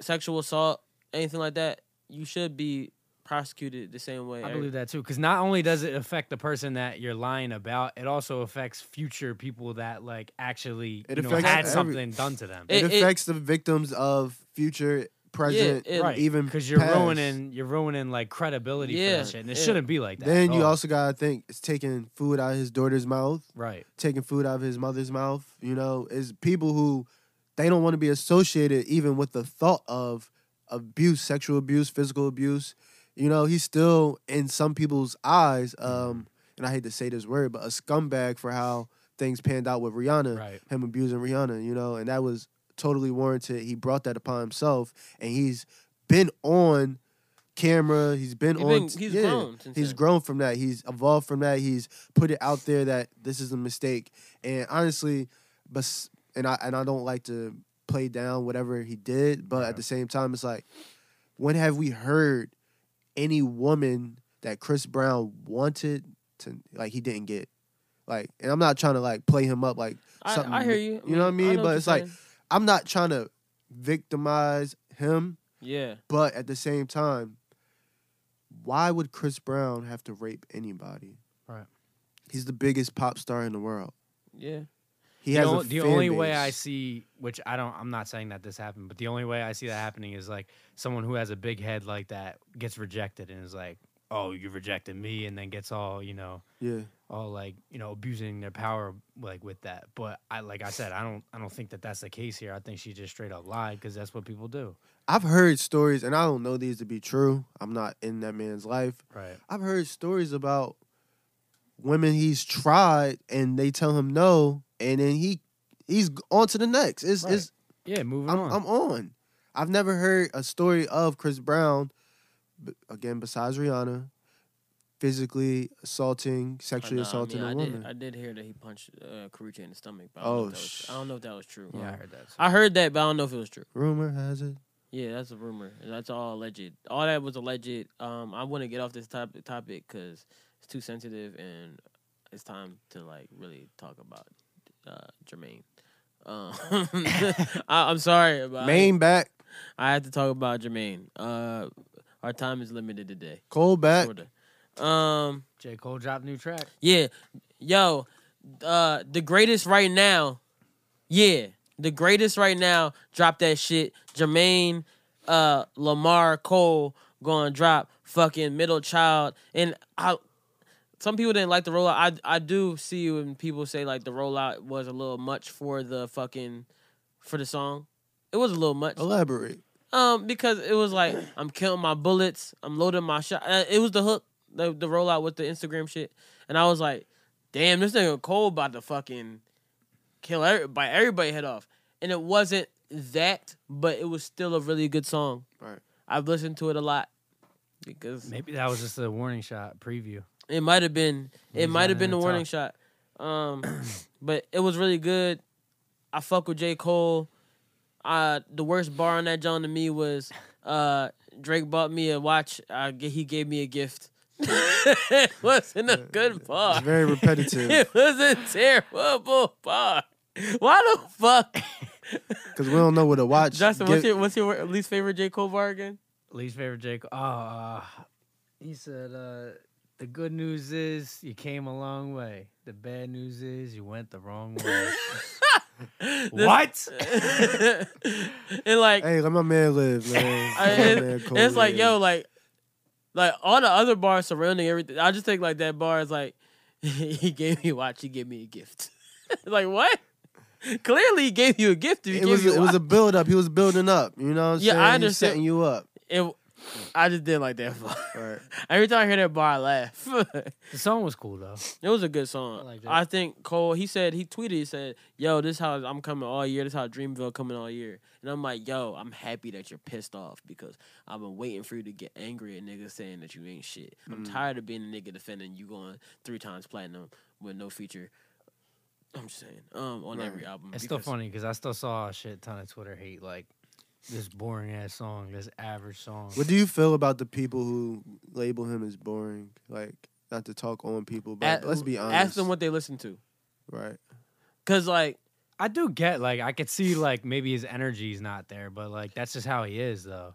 sexual assault, anything like that, you should be prosecuted the same way. I believe that too, because not only does it affect the person that you're lying about, it also affects future people that like actually It you know, affects had every- something done to them. It, It- it- affects the victims of future, present, it- right, even because you're past. ruining you're ruining like credibility for Yeah, that shit, and it yeah. shouldn't be like that. Then at you all. also gotta think it's taking food out of his daughter's mouth, right. taking food out of his mother's mouth. You know, is people who they don't want to be associated even with the thought of abuse, sexual abuse, physical abuse. You know, he's still in some people's eyes, um, and I hate to say this word, but a scumbag for how things panned out with Rihanna, Right. him abusing Rihanna. You know, and that was totally warranted. He brought that upon himself, and he's been on camera. He's been He on. been- t- he's yeah, grown since he's then. grown from that. He's evolved from that. He's put it out there that this is a mistake. And honestly, but and I and I don't like to play down whatever he did, but at the same time, it's like, when have we heard any woman that Chris Brown wanted to like he didn't get? Like, and I'm not trying to like play him up like I- something. I hear you. I You know what I mean, I mean? know what but you're it's like saying. I'm not trying to victimize him. Yeah. But at the same time, why would Chris Brown have to rape anybody? Right. He's the biggest pop star in the world. Yeah. He the has a on- the fan only way base. I see, which I don't, I'm not saying that this happened, but the only way I see that happening is like someone who has a big head like that gets rejected and is like, "Oh, you rejected me," and then gets all you know, Yeah. all like you know, abusing their power like with that. But I, like I said, I don't, I don't think that that's the case here. I think she just straight up lied because that's what people do. I've heard stories, and I don't know these to be true. I'm not in that man's life. Right. I've heard stories about women he's tried, and they tell him no, and then he he's on to the next. It's Right. it's Yeah. Moving I'm on. I'm on. I've never heard a story of Chris Brown, b- again besides Rihanna, physically assaulting, sexually Nah, assaulting I, mean, a I woman. Did, I did hear that he punched uh, Carucci in the stomach, but I don't, know Oh, if that was, sh- I don't know if that was true. yeah, I heard that. I heard that, but I don't know if it was true. Rumor has it. Yeah, that's a rumor. That's all alleged. All that was alleged. Um, I want to get off this topic topic because it's too sensitive and it's time to like really talk about uh, Jermaine. Um, I, I'm sorry, but I- Main back, I had to talk about Jermaine. Uh, our time is limited today. Cole back. Sorta. Um, J Cole dropped new track. yeah, yo, uh, the greatest right now. Yeah, the greatest right now. Drop that shit. Jermaine, uh, Lamar Cole gonna drop fucking middle child. And I, some people didn't like the rollout. I I do see when people say like the rollout was a little much for the fucking for the song. It was a little much. Elaborate. Um, because it was like I'm killing my bullets, I'm loading my shot. Uh, it was the hook, the the rollout with the Instagram shit, and I was like, damn, this nigga Cole about to fucking kill every, bite everybody head off. And it wasn't that, but it was still a really good song. Right. I've listened to it a lot because Maybe that was just a warning shot preview. it might have been it He's might running have been the the warning shot. Um but it was really good. I fuck with J. Cole. Uh the worst bar on that John to me was uh Drake bought me a watch, uh, g- he gave me a gift. it wasn't a good bar. It's very repetitive It was a terrible bar. Why the fuck? because we don't know what to watch. Justin, Get- what's your what's your least favorite J. Cole bar again? Least favorite Jake. Oh, uh, he said, uh, the good news is you came a long way. The bad news is you went the wrong way. what? and like Hey, let my man live, man. I- Let my man it's, Cole it's like live. yo, like, like all the other bars surrounding everything. I just think like that bar is like, he gave me a watch, he gave me a gift. like what? Clearly, he gave you a gift. If he It gave was you it a was watch. a build up. He was building up. You know what I'm Yeah, saying? I He's understand. setting you up. It- I just did like that bar. Right. Every time I hear that bar, I laugh. The song was cool though. it was a good song. I, I liked it. think Cole. He said he tweeted. He said, "Yo, this how I'm coming all year. This how Dreamville coming all year." And I'm like, "Yo, I'm happy that you're pissed off because I've been waiting for you to get angry at niggas saying that you ain't shit. I'm Mm. tired of being a nigga defending you going three times platinum with no feature. I'm just saying, um, on every album. It's still because- funny because I still saw a shit ton of Twitter hate like this boring ass song, this average song. What do you feel about the people who label him as boring? Like, not to talk on people, but A- let's be honest. Ask them what they listen to, Right. cause like I do get like I could see like maybe his energy's not there, but like that's just how he is though.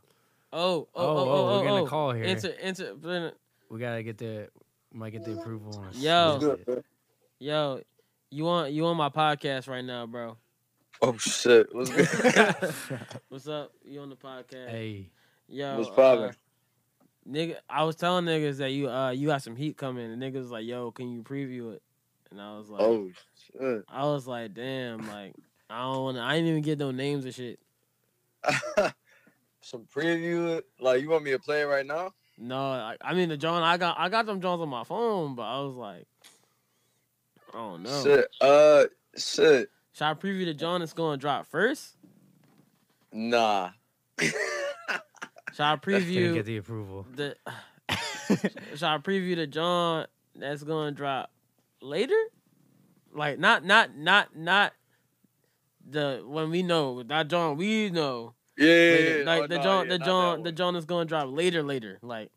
oh oh oh Oh, oh, oh, oh we're getting a oh. call here. Answer answer. We gotta get the might get the approval on a Yo. snippet. Yo, you on you on my podcast right now, bro? Oh shit! What's good? What's up? You on the podcast? Hey, Yo, What's poppin'? uh, nigga, I was telling niggas that you uh you got some heat coming, and niggas was like, yo, can you preview it? And I was like, oh shit! I was like, damn, like I don't want, to I didn't even get no names and shit. some preview? Like, you want me to play it right now? No, I, I mean the John. I got I got them Johns on my phone, but I was like, I don't know. Shit. Uh, shit. Should I preview the John that's going to drop first? Nah. Should I Didn't preview get the approval. the? should I preview the John that's going to drop later? Like not not not not the when we know that John we know Yeah, yeah, Like, yeah. like Oh, the nah, John yeah, not the that John the one. John is going to drop later later like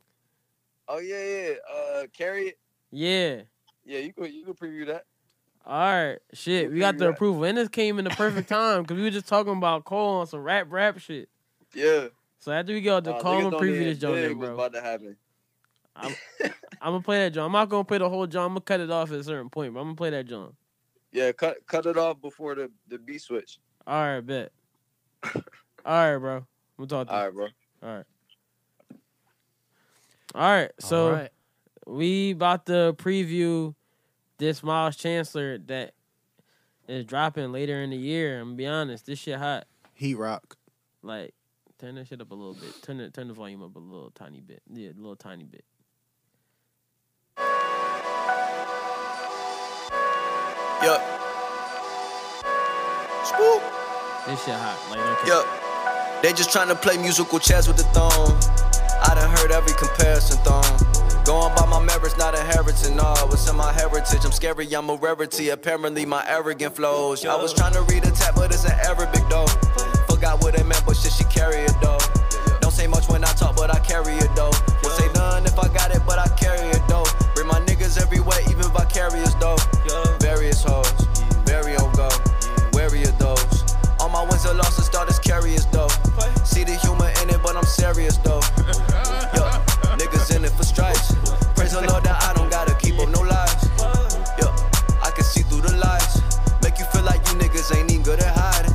Oh yeah, yeah. Uh, carry it. yeah. Yeah, you could you could preview that. All right, shit, we got the Yeah. approval, and this came in the perfect time because we were just talking about Cole on some rap rap shit. Yeah. So after we get out the Nah, call niggas and don't preview even this John, dig there, what's bro. about to happen. I'm gonna play that John. I'm not gonna play the whole John. I'm gonna cut it off at a certain point, but I'm gonna play that John. Yeah, cut cut it off before the the B switch. All right, bet. All right, bro. We'll talk to you. All right, bro. All right. All right. So All right. we about to preview this Miles Chancellor that is dropping later in the year. I'm gonna be honest, this shit hot. Heat rock. Like, turn that shit up a little bit. Turn it, turn the volume up a little tiny bit. Yeah, a little tiny bit. Yup. Spook. This shit hot. Like, okay. Yup. They just tryna play musical chairs with the thong. I done heard every comparison thong. Going by my merits, not inheritance. No, what's in my heritage? I'm scary, I'm a rarity. Apparently, my arrogant flows. I was tryna read a tab, but it's an Arabic though. Forgot what it meant, but shit, she carry it though. Don't say much when I talk, but I carry it though. Won't say none if I got it, but I carry it though. Bring my niggas everywhere, even vicarious though. Various hoes, very on go. Wary of those. All my wins are losses, start as carriers though. See the humor in it, but I'm serious though. Yo, niggas in it for stripes. Praise the Lord that I don't gotta keep up no lies. Yo, I can see through the lies. Make you feel like you niggas ain't even good at hiding.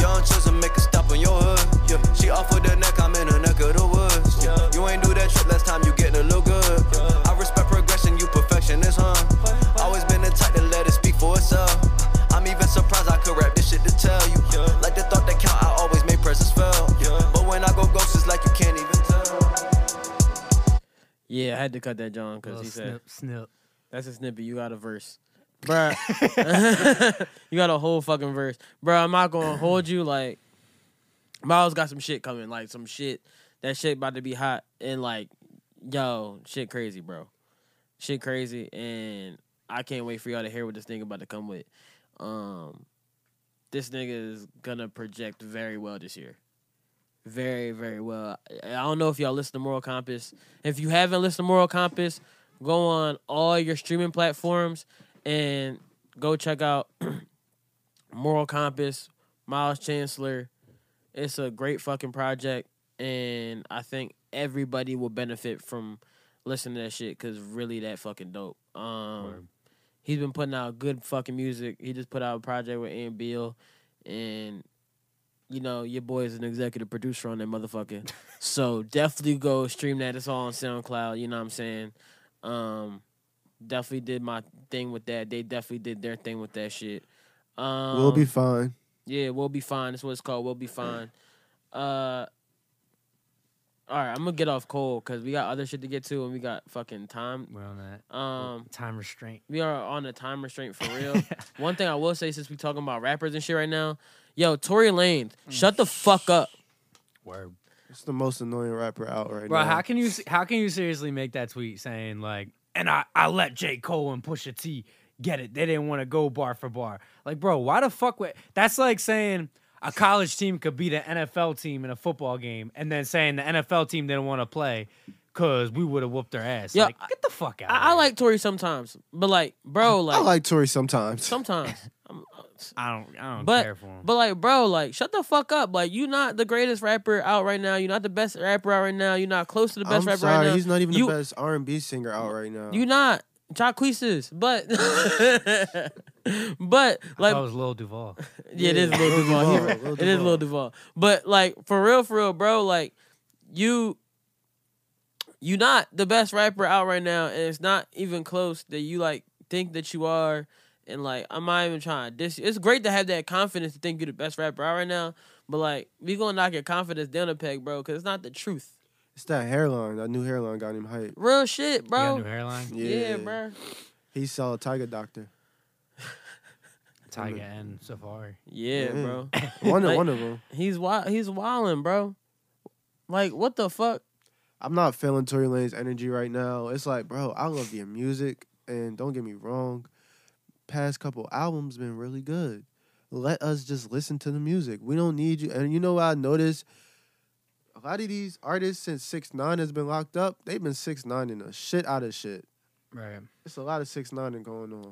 Young chosen, make a stop on your hood. Yeah, she offered the neck, I'm in her neck of the woods. Yeah, you ain't do that shit last time, you getting a little good. Yeah, I respect progression, you perfectionist, huh? Always been the type to let it speak for itself. I'm even surprised I could rap this shit to tell you. Like the thought that count, I always make presence felt. But when I go ghost, it's like you can't even tell. Yeah, I had to cut that John because Little he said snip, snip. that's a snippet. You got a verse, bruh. you got a whole fucking verse, bruh. I'm not gonna hold you. Like Miles got some shit coming, like some shit. That shit about to be hot and like, yo, shit crazy, bro. Shit crazy, and I can't wait for y'all to hear what this nigga about to come with. Um, this nigga is gonna project very well this year. Very, very well. I I don't know if y'all listen to Moral Compass. If you haven't listened to Moral Compass, go on all your streaming platforms and go check out Moral Compass, Miles Chancellor. It's a great fucking project, and I think everybody will benefit from listening to that shit because really that fucking dope. Um, Word. he's been putting out good fucking music. He just put out a project with Ian Beal, and you know your boy is an executive producer on that motherfucker. so definitely go stream that. It's all on SoundCloud. You know what I'm saying? Um, definitely did my thing with that. They definitely did their thing with that shit. Um, we'll be fine. yeah, we'll be fine. That's what it's called. We'll be fine. Uh, all right, I'm gonna get off cold because we got other shit to get to and we got fucking time. We're on that Um, time restraint. we are on a time restraint for real. One thing I will say since we talking about rappers and shit right now, yo, Tory Lanez, Mm. shut the fuck up. Word. It's the most annoying rapper out right Bro, now. how can you se- how can you seriously make that tweet saying like, and I I let J Cole and Pusha T get it. They didn't want to go bar for bar. Like, bro, why the fuck would that's like saying a college team could beat an NFL team in a football game, and then saying the NFL team didn't want to play because we would have whooped their ass. Yeah, like, get the fuck out. I, I like Tory sometimes, but like, bro, like, I like Tory sometimes. sometimes. I'm, I don't. I don't but care for him. but like, bro, like, shut the fuck up. Like, you not the greatest rapper out right now. You're not the best rapper out right now. You're not close to the best I'm rapper sorry, right now. he's not even You- the best R&B singer out right now. You not Jacquees is, but but like, like I was Lil Duval. yeah, it is Yeah, Lil Lil Duval. He Duval, right. Lil It is Lil Duval. But like for real, for real, bro, like you you not the best rapper out right now, and it's not even close that you like think that you are. And like I'm not even trying to diss you. It's great to have that confidence to think you're the best rapper out right now. But like, we gonna knock your confidence down a peg, bro, because it's not the truth. It's that hairline. That new hairline got him hype. Real shit, You got bro. a new hairline. yeah, Yeah. bro. He saw a Tiger Doctor. Tiger and Safari. Yeah, Yeah. bro. One, Like- one of them. He's wild. He's wilding, bro. Like, what the fuck? I'm not feeling Tory Lane's energy right now. It's like, bro, I love your music, and don't get me wrong, past couple albums been really good. Let us just listen to the music. We don't need you. And you know what I noticed? A lot of these artists since Six Nine has been locked up, they've been Six Nine in the shit out of shit. Right. It's a lot of Six Nine going on.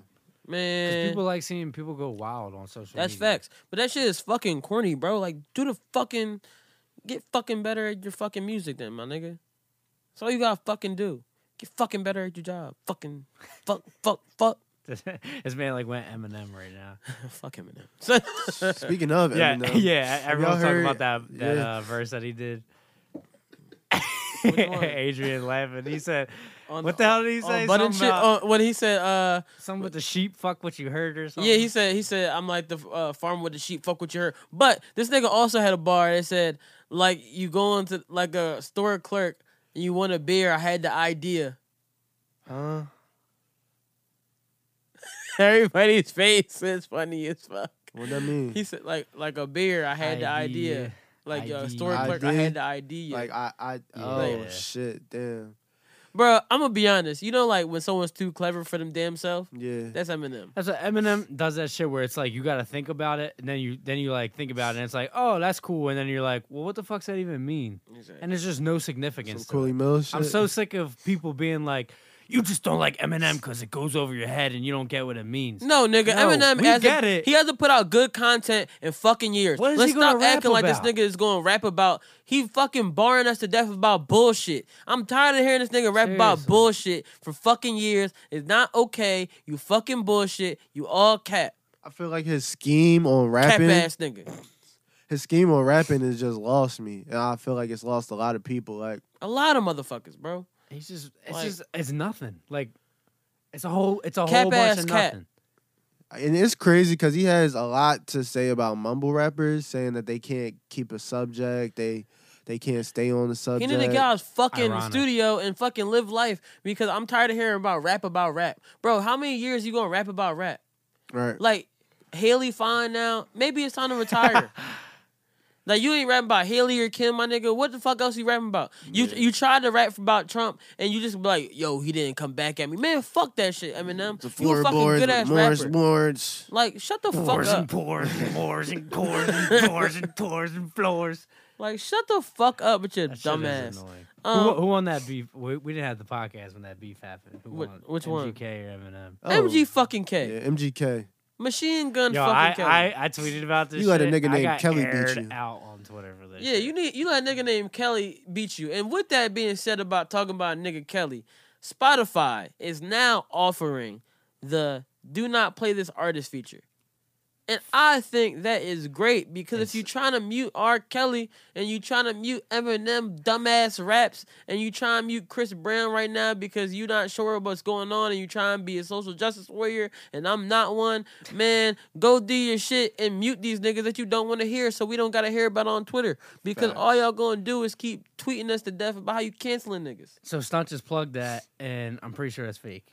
Because Man. people like seeing people go wild on social That's media. facts. But that shit is fucking corny, bro. Like, do the fucking get fucking better at your fucking music then, my nigga. That's all you gotta fucking do. Get fucking better at your job. Fucking fuck fuck fuck This, this man like went Eminem right now. fuck Eminem. Speaking of, Yeah, Eminem, yeah. Everyone's talking heard- about that that yeah. uh, verse that he did. one? Adrian laughing. He said, On- "What the hell did he on say? button Something, Oh, shit about, on, when he said uh something with the sheep. Fuck what you heard or something." yeah, he said he said I'm like the uh, farm with the sheep, fuck what you heard. But this nigga also had a bar that said like you go into like a store clerk and you want a beer, I had the idea. uh, huh? Everybody's face is funny as fuck. What that mean? He said like like a beer. I had the idea. Mm. Idea. Like a Idea. store clerk, I Idea. had the idea. Like I, I, Yeah. oh shit, damn, bro, I'm gonna be honest. You know, like when someone's too clever for them damn self, yeah. that's Eminem. That's what Eminem does that shit where it's like you gotta think about it and then you then you like think about it and it's like oh that's cool and then you're like well what the fuck's that even mean and there's just no significance. Some to it. Cooley Mills. Shit. I'm so sick of people being like you just don't like Eminem because it goes over your head and you don't get what it means. No, nigga, No, Eminem we has get to, it. he has to put out good content in fucking years. What is Let's he gonna stop rap acting like this about? nigga is going to rap about. He fucking barring us to death about bullshit. I'm tired of hearing this nigga rap about Seriously. bullshit for fucking years. It's not okay. You fucking bullshit. You all cap. I feel like his scheme on Cap rapping, ass nigga. his scheme on rapping has just lost me, and I feel like it's lost a lot of people. Like A lot of motherfuckers, bro. He's just it's Like- just it's nothing. Like it's a whole it's a Cap whole bunch ass of cat. nothing. and it's crazy because he has a lot to say about mumble rappers, saying that they can't keep a subject, they they can't stay on the He subject. need to get out his fucking Ironic. studio and fucking live life because I'm tired of hearing about rap about rap. Bro, how many years you gonna rap about rap? right. Like Haley Fine now, maybe it's time to retire. like you ain't rapping about Haley or Kim, my nigga. What the fuck else you rapping about? You you tried to rap about Trump and you just be like, yo, he didn't come back at me. Man, fuck that shit, Eminem. the You a fucking floorboards, good with ass Morris rapper. boards. Like, shut the fuck Pours and up. pours and pours and pours and pours and pours and floors. Like, shut the fuck up with your That shit is dumbass. annoying. Um, who, who won that beef? We, we didn't have the podcast when that beef happened. Who Wh- won? which one? MGK or Eminem? Oh, MG fucking K. Yeah, MGK. Machine gun Yo, I, fucking K. I, I tweeted about this. You let a shit. nigga I named got Kelly beat aired you. out on Twitter for this. Yeah, shit. you need you let a nigga named Kelly beat you. And with that being said about talking about a nigga Kelly, Spotify is now offering the do not play this artist feature. And I think that is great because if It's- you're trying to mute R. Kelly and you trying to mute Eminem dumbass raps and you trying to mute Chris Brown right now because you're not sure what's going on and you trying to be a social justice warrior and I'm not one, man, go do your shit and mute these niggas that you don't want to hear so we don't gotta hear about on Twitter because all y'all gonna do is keep tweeting us to death about how you canceling niggas. So Stunt just plugged that, and I'm pretty sure that's fake.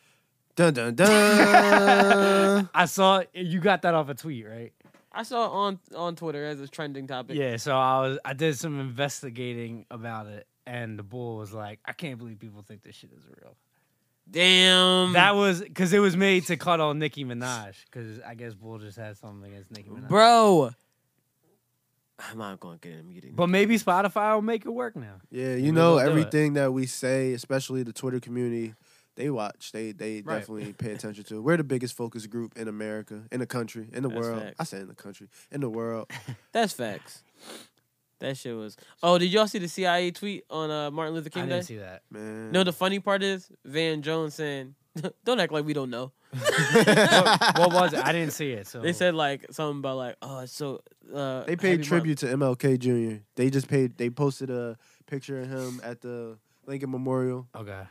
Dun dun dun. I saw you got that off a tweet, right? I saw it on on Twitter as a trending topic. Yeah. So I was I did some investigating about it, and the bull was like, I can't believe people think this shit is real. Damn. That was because it was made to cut on Nicki Minaj, because I guess Bull just had something against Nicki Minaj. Bro. I'm not gonna get in a meeting. But maybe Spotify will make it work now. Yeah, we you know will do it. everything that we say, especially the Twitter community. They watch. They they Right. definitely pay attention to. it. We're the biggest focus group in America, in the country, in the That's world. facts. I said in the country, in the world. That's facts. That shit was. Oh, did y'all see the CIA tweet on uh, Martin Luther I King Day? didn't see that. Man, No, the funny part is Van Jones saying, "Don't act like we don't know." what, what was it? I didn't see it. So Oh. They said like something about like, "Oh, it's so." Uh, they happy paid Mar- tribute to MLK Jr. They just paid. They posted a picture of him at the Lincoln Memorial. okay.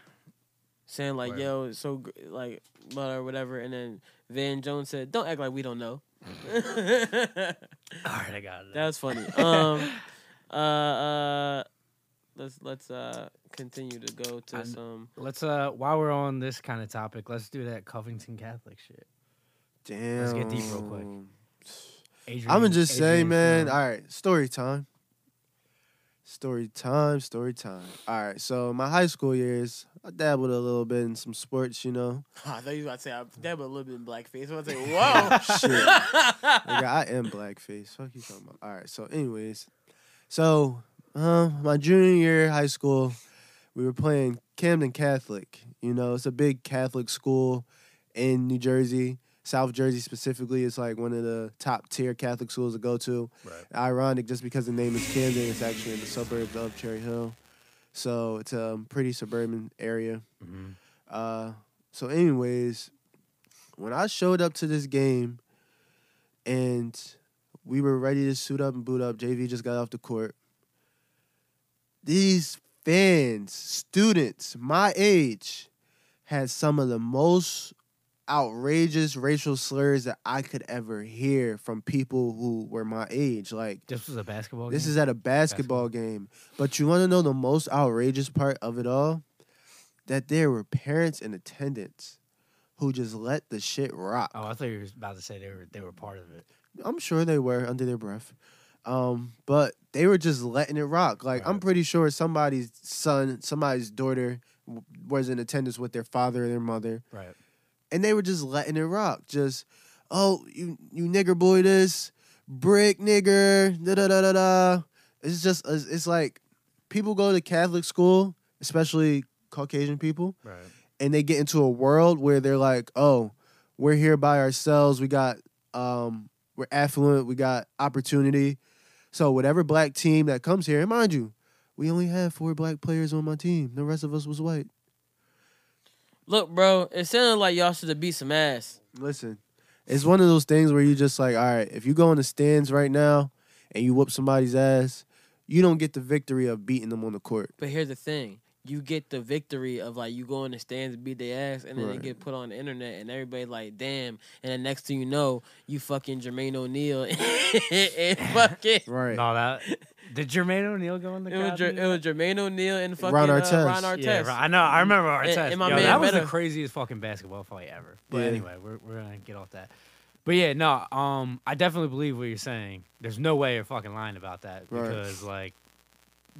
saying like, Word. "Yo, it's so gr- like, but or whatever," and then Van Jones said, "Don't act like we don't know." that All right, I got it. was funny. Um, uh, uh, let's let's uh continue to go to I'm- some. Let's uh, while we're on this kind of topic, let's do that Covington Catholic shit. Damn. get deep real quick. Adrian, I'm gonna just say, Adrian man. Broner. All right, story time. Story time, story time. All right, so my high school years, I dabbled a little bit in some sports, you know. I thought you was about to say I that, but a little bit in blackface. I was like, whoa. Shit, nigga, I am blackface. Fuck you talking about. All right, so anyways, so uh, my junior year of high school, we were playing Camden Catholic. You know, it's a big Catholic school in New Jersey, South Jersey specifically. It's like one of the top tier Catholic schools to go to. Ironic, just because the name is Camden, it's actually in the suburbs of Cherry Hill, so it's a um, pretty suburban area. Uh, so, anyways, when I showed up to this game, and we were ready to suit up and boot up, JV just got off the court. These fans, students my age, had some of the most outrageous racial slurs that I could ever hear from people who were my age. Like, This was a basketball. this game? is at a basketball game. But you want to know the most outrageous part of it all? That there were parents in attendance who just let the shit rock. Oh, I thought you were about to say they were they were part of it. I'm sure they were under their breath. Um, but they were just letting it rock. Like I'm pretty sure somebody's son, somebody's daughter w- was in attendance with their father or their mother, Right. and they were just letting it rock. Just, oh, you you nigger boy, this brick nigger, da da da da da. It's just it's it's like people go to Catholic school, especially Caucasian people, Right. and they get into a world where they're like, oh, we're here by ourselves. We got, um, we're affluent. We got opportunity. So whatever black team that comes here, and mind you, we only had four black players on my team. The rest of us was white. Look, bro, it sounded like y'all should have beat some ass. Listen, it's one of those things where you just like, all right, if you go in the stands right now and you whoop somebody's ass, you don't get the victory of beating them on the court. But here's the thing. You get the victory of like you go in the stands and beat their ass, and then Right. they get put on the internet, and everybody like, damn. And the next thing you know, you fucking Jermaine O'Neal and fucking Right. No, that did Jermaine O'Neal go in the It was, crowd? Jer- and do it that? was Jermaine O'Neal and fucking Ron uh, Artest. Ron Artest. Yeah, right. I know. I remember our And- test. and my Yo, man that was the Meta. craziest fucking basketball fight ever. But Yeah. anyway, we're, we're gonna get off that. But yeah, no. Um, I definitely believe what you're saying. There's no way you're fucking lying about that Right. because like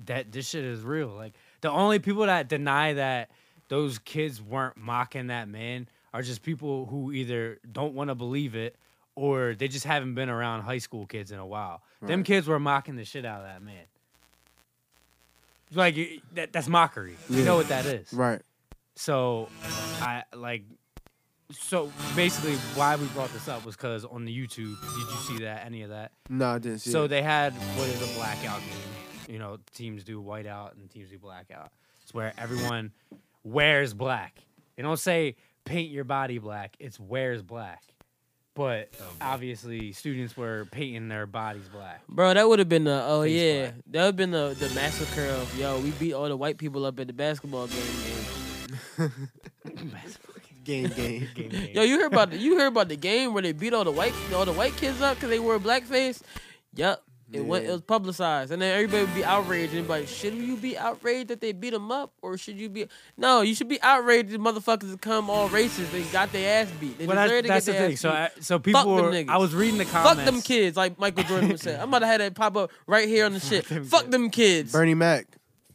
that this shit is real. Like the only people that deny that those kids weren't mocking that man are just people who either don't want to believe it or they just haven't been around high school kids in a while. Them kids were mocking the shit out of that man. Like you- that, that's mockery. You know what that is. Right. So, I like. So basically, why we brought this up was because on the YouTube, did you see that any of that? No, I didn't see So it. they had what is a blackout game. You know, teams do whiteout and teams do blackout. It's where everyone wears black. They don't say paint your body black. It's wears black. But obviously, students were painting their bodies black. Bro, that would have been the oh Face yeah, black. that would have been the the massacre of yo. We beat all the white people up at the basketball game. game Game, game. Man. game. Yo, you hear about the, you hear about the game where they beat all the white all the white kids up because they wore blackface? Yup. It went. It Yeah. was publicized, and then everybody would be outraged. And be like, should you be outraged that they beat them up, or should you be? No, you should be outraged. that motherfuckers come all racist. They got their ass beat. They Well, that's, deserve to that's the get their thing. ass So, beat. I, so people them were. niggas. I was reading the Fuck comments. them kids, like Michael Jordan would say. I'm about to have that pop up right here on the shit. Fuck them kids. Bernie Mac.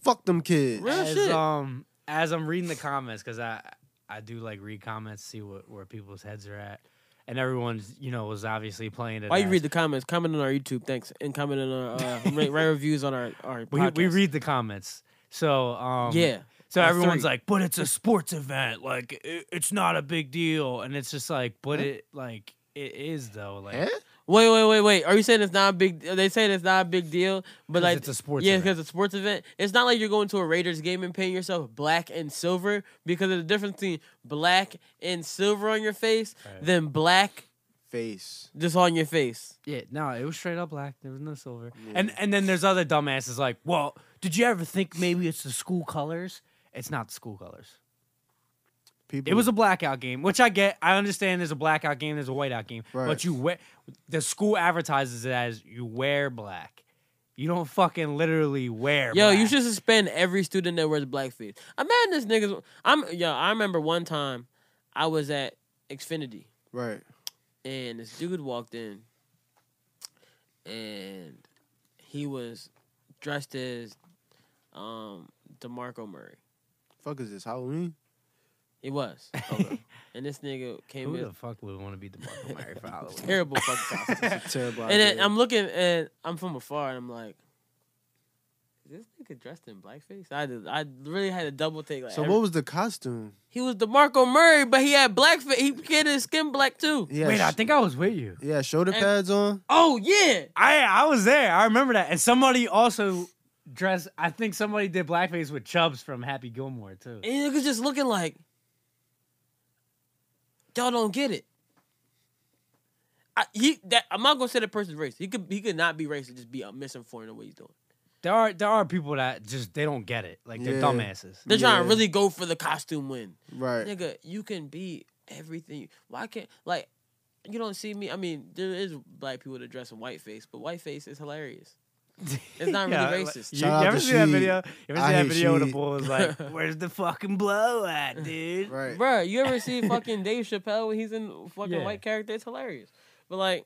Fuck them kids. Real as, shit. Um, as I'm reading the comments, because I I do like read comments, see what where people's heads are at, and everyone's you know was obviously playing it. Why you as- read the comments? Comment on our YouTube, thanks, and comment on our uh, ra- write reviews on our our. we, we podcast. read the comments. So um, Yeah, So our everyone's three. like, but it's a sports event, like it, it's not a big deal, and it's just like, but it like it is though, like Eh? Wait, wait, wait, wait. Are you saying it's not a big? They saying it's not a big deal, but 'Cause like it's a sports Yeah, event. because it's a sports event. It's not like you're going to a Raiders game and painting yourself black and silver because of the difference between black and silver on your face than black Face. just on your face. Yeah, no, it was straight up black. There was no silver. And and then there's other dumbasses like, well, did you ever think maybe it's the school colors? It's not the school colors. People- It Mm. was a blackout game, which I get. I understand there's a blackout game, there's a whiteout game, but Right. you wear the school advertises it as you wear black. You don't fucking literally wear. Yo, black. you should suspend every student that wears blackface. Imagine this niggas. I'm yo. I remember one time, I was at Xfinity Right. and this dude walked in, and he was dressed as um Demarco Murray. Fuck is this Halloween? It was. and this nigga came Who in. the fuck would want to be the Michael Mary for Halloween? terrible fucking costume. It's a terrible And then idea. I'm looking and I'm from afar and I'm like, is this nigga dressed in blackface? I did, I really had to double take. Like, So every- what was the costume? he was DeMarco Murray, but he had blackface. He had his skin black too. Yeah, Wait, I think I was with you. Yeah, shoulder And- pads on. Oh yeah, I I was there. I remember that. And somebody also dressed. I think somebody did blackface with Chubbs from Happy Gilmore too. And niggas just looking like, y'all don't get it. I, he that I'm not gonna say the person's racist. He could he could not be racist, just be uh, misinformed on what he's doing. There are there are people that just they don't get it. Like they're Yeah. dumbasses. They're trying to really go for the costume win. Right. Nigga, you can be everything. Why can't like you don't see me? I mean, there is black people that dress in whiteface, but whiteface is hilarious. It's not Yeah, really like, racist. You, you ever see that video? You ever see that video where the boy was like, "Where's the fucking blow at, dude?" Right. Bruh, you ever see fucking Dave Chappelle when he's in fucking Yeah. white character? It's hilarious. But like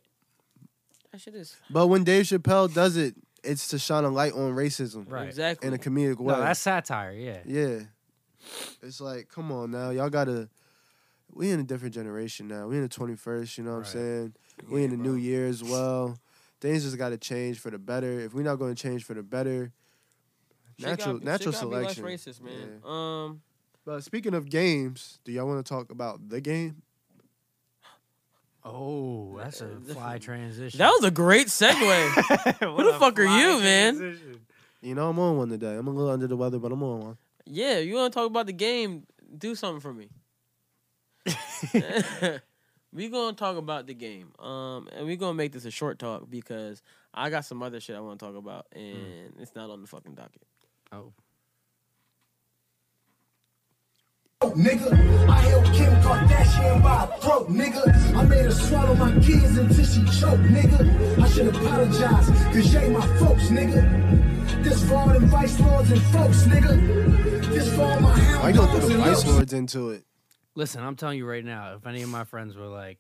that shit is But when Dave Chappelle does it, it's to shine a light on racism. Right. Exactly. In a comedic way. No, that's satire. Yeah. Yeah. It's like, come on now, y'all gotta. We in a different generation now. We in the twenty first. You know what I'm saying? We in the new year as well. Things just gotta change for the better. If we're not gonna change for the better, shit gotta- natural shit natural gotta be less selection. racist, man. Um But speaking of games, do y'all want to talk about the game? Oh, that's a fly transition. That was a great segue. Who the fuck are you, man? You know I'm on one today. I'm a little under the weather, but I'm on one. Yeah, you want to talk about the game? Do something for me. we gonna talk about the game, um, and we gonna make this a short talk because I got some other shit I want to talk about, and it's not on the fucking docket. Oh, nigga. I held Kim Kardashian by her throat, nigga. I made her swallow my kids until she choked, nigga. I should apologize, cause you ain't my folks, nigga. This for all them vice lords and folks, nigga. This for all my Why you hound gonna throw dogs the and vice lords. lords into it? listen, I'm telling you right now. If any of my friends were like,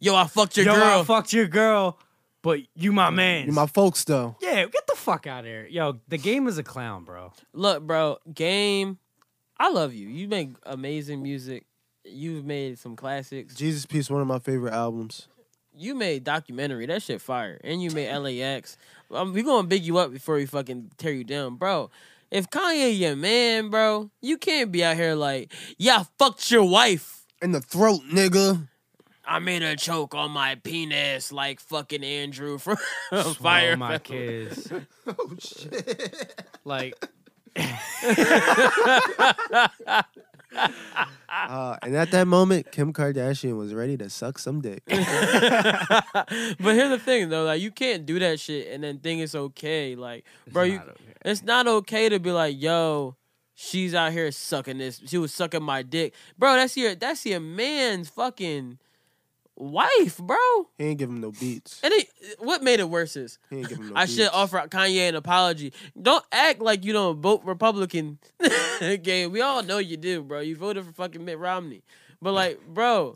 "Yo, I fucked your Yo, I girl." fucked your girl, but you my man. You my folks though. Yeah, get the fuck out of here. Yo, the game is a clown, bro. Look, bro, game. I love you. You make amazing music. You've made some classics. Jesus Peace, one of my favorite albums. You made documentary. That shit fire. And you made LAX. um, we gonna big you up before we fucking tear you down, bro. If Kanye your man, bro, you can't be out here like, yeah, I fucked your wife. In the throat, nigga. I made her choke on my penis like fucking Andrew from Oh, Fire. my kids. oh shit. Like, Uh, and at that moment, Kim Kardashian was ready to suck some dick. but here's the thing though, like you can't do that shit and then think it's okay. Like, bro, you, it's not okay to be like, yo, she's out here sucking this. She was sucking my dick, bro. That's your that's your man's fucking wife, bro. He ain't give him no beats. And it, what made it worse is He ain't give him no I "Oh, beats. should offer Kanye an apology. Don't act like you don't vote Republican. Game, we all know you do, bro. You voted for fucking Mitt Romney, but like, bro,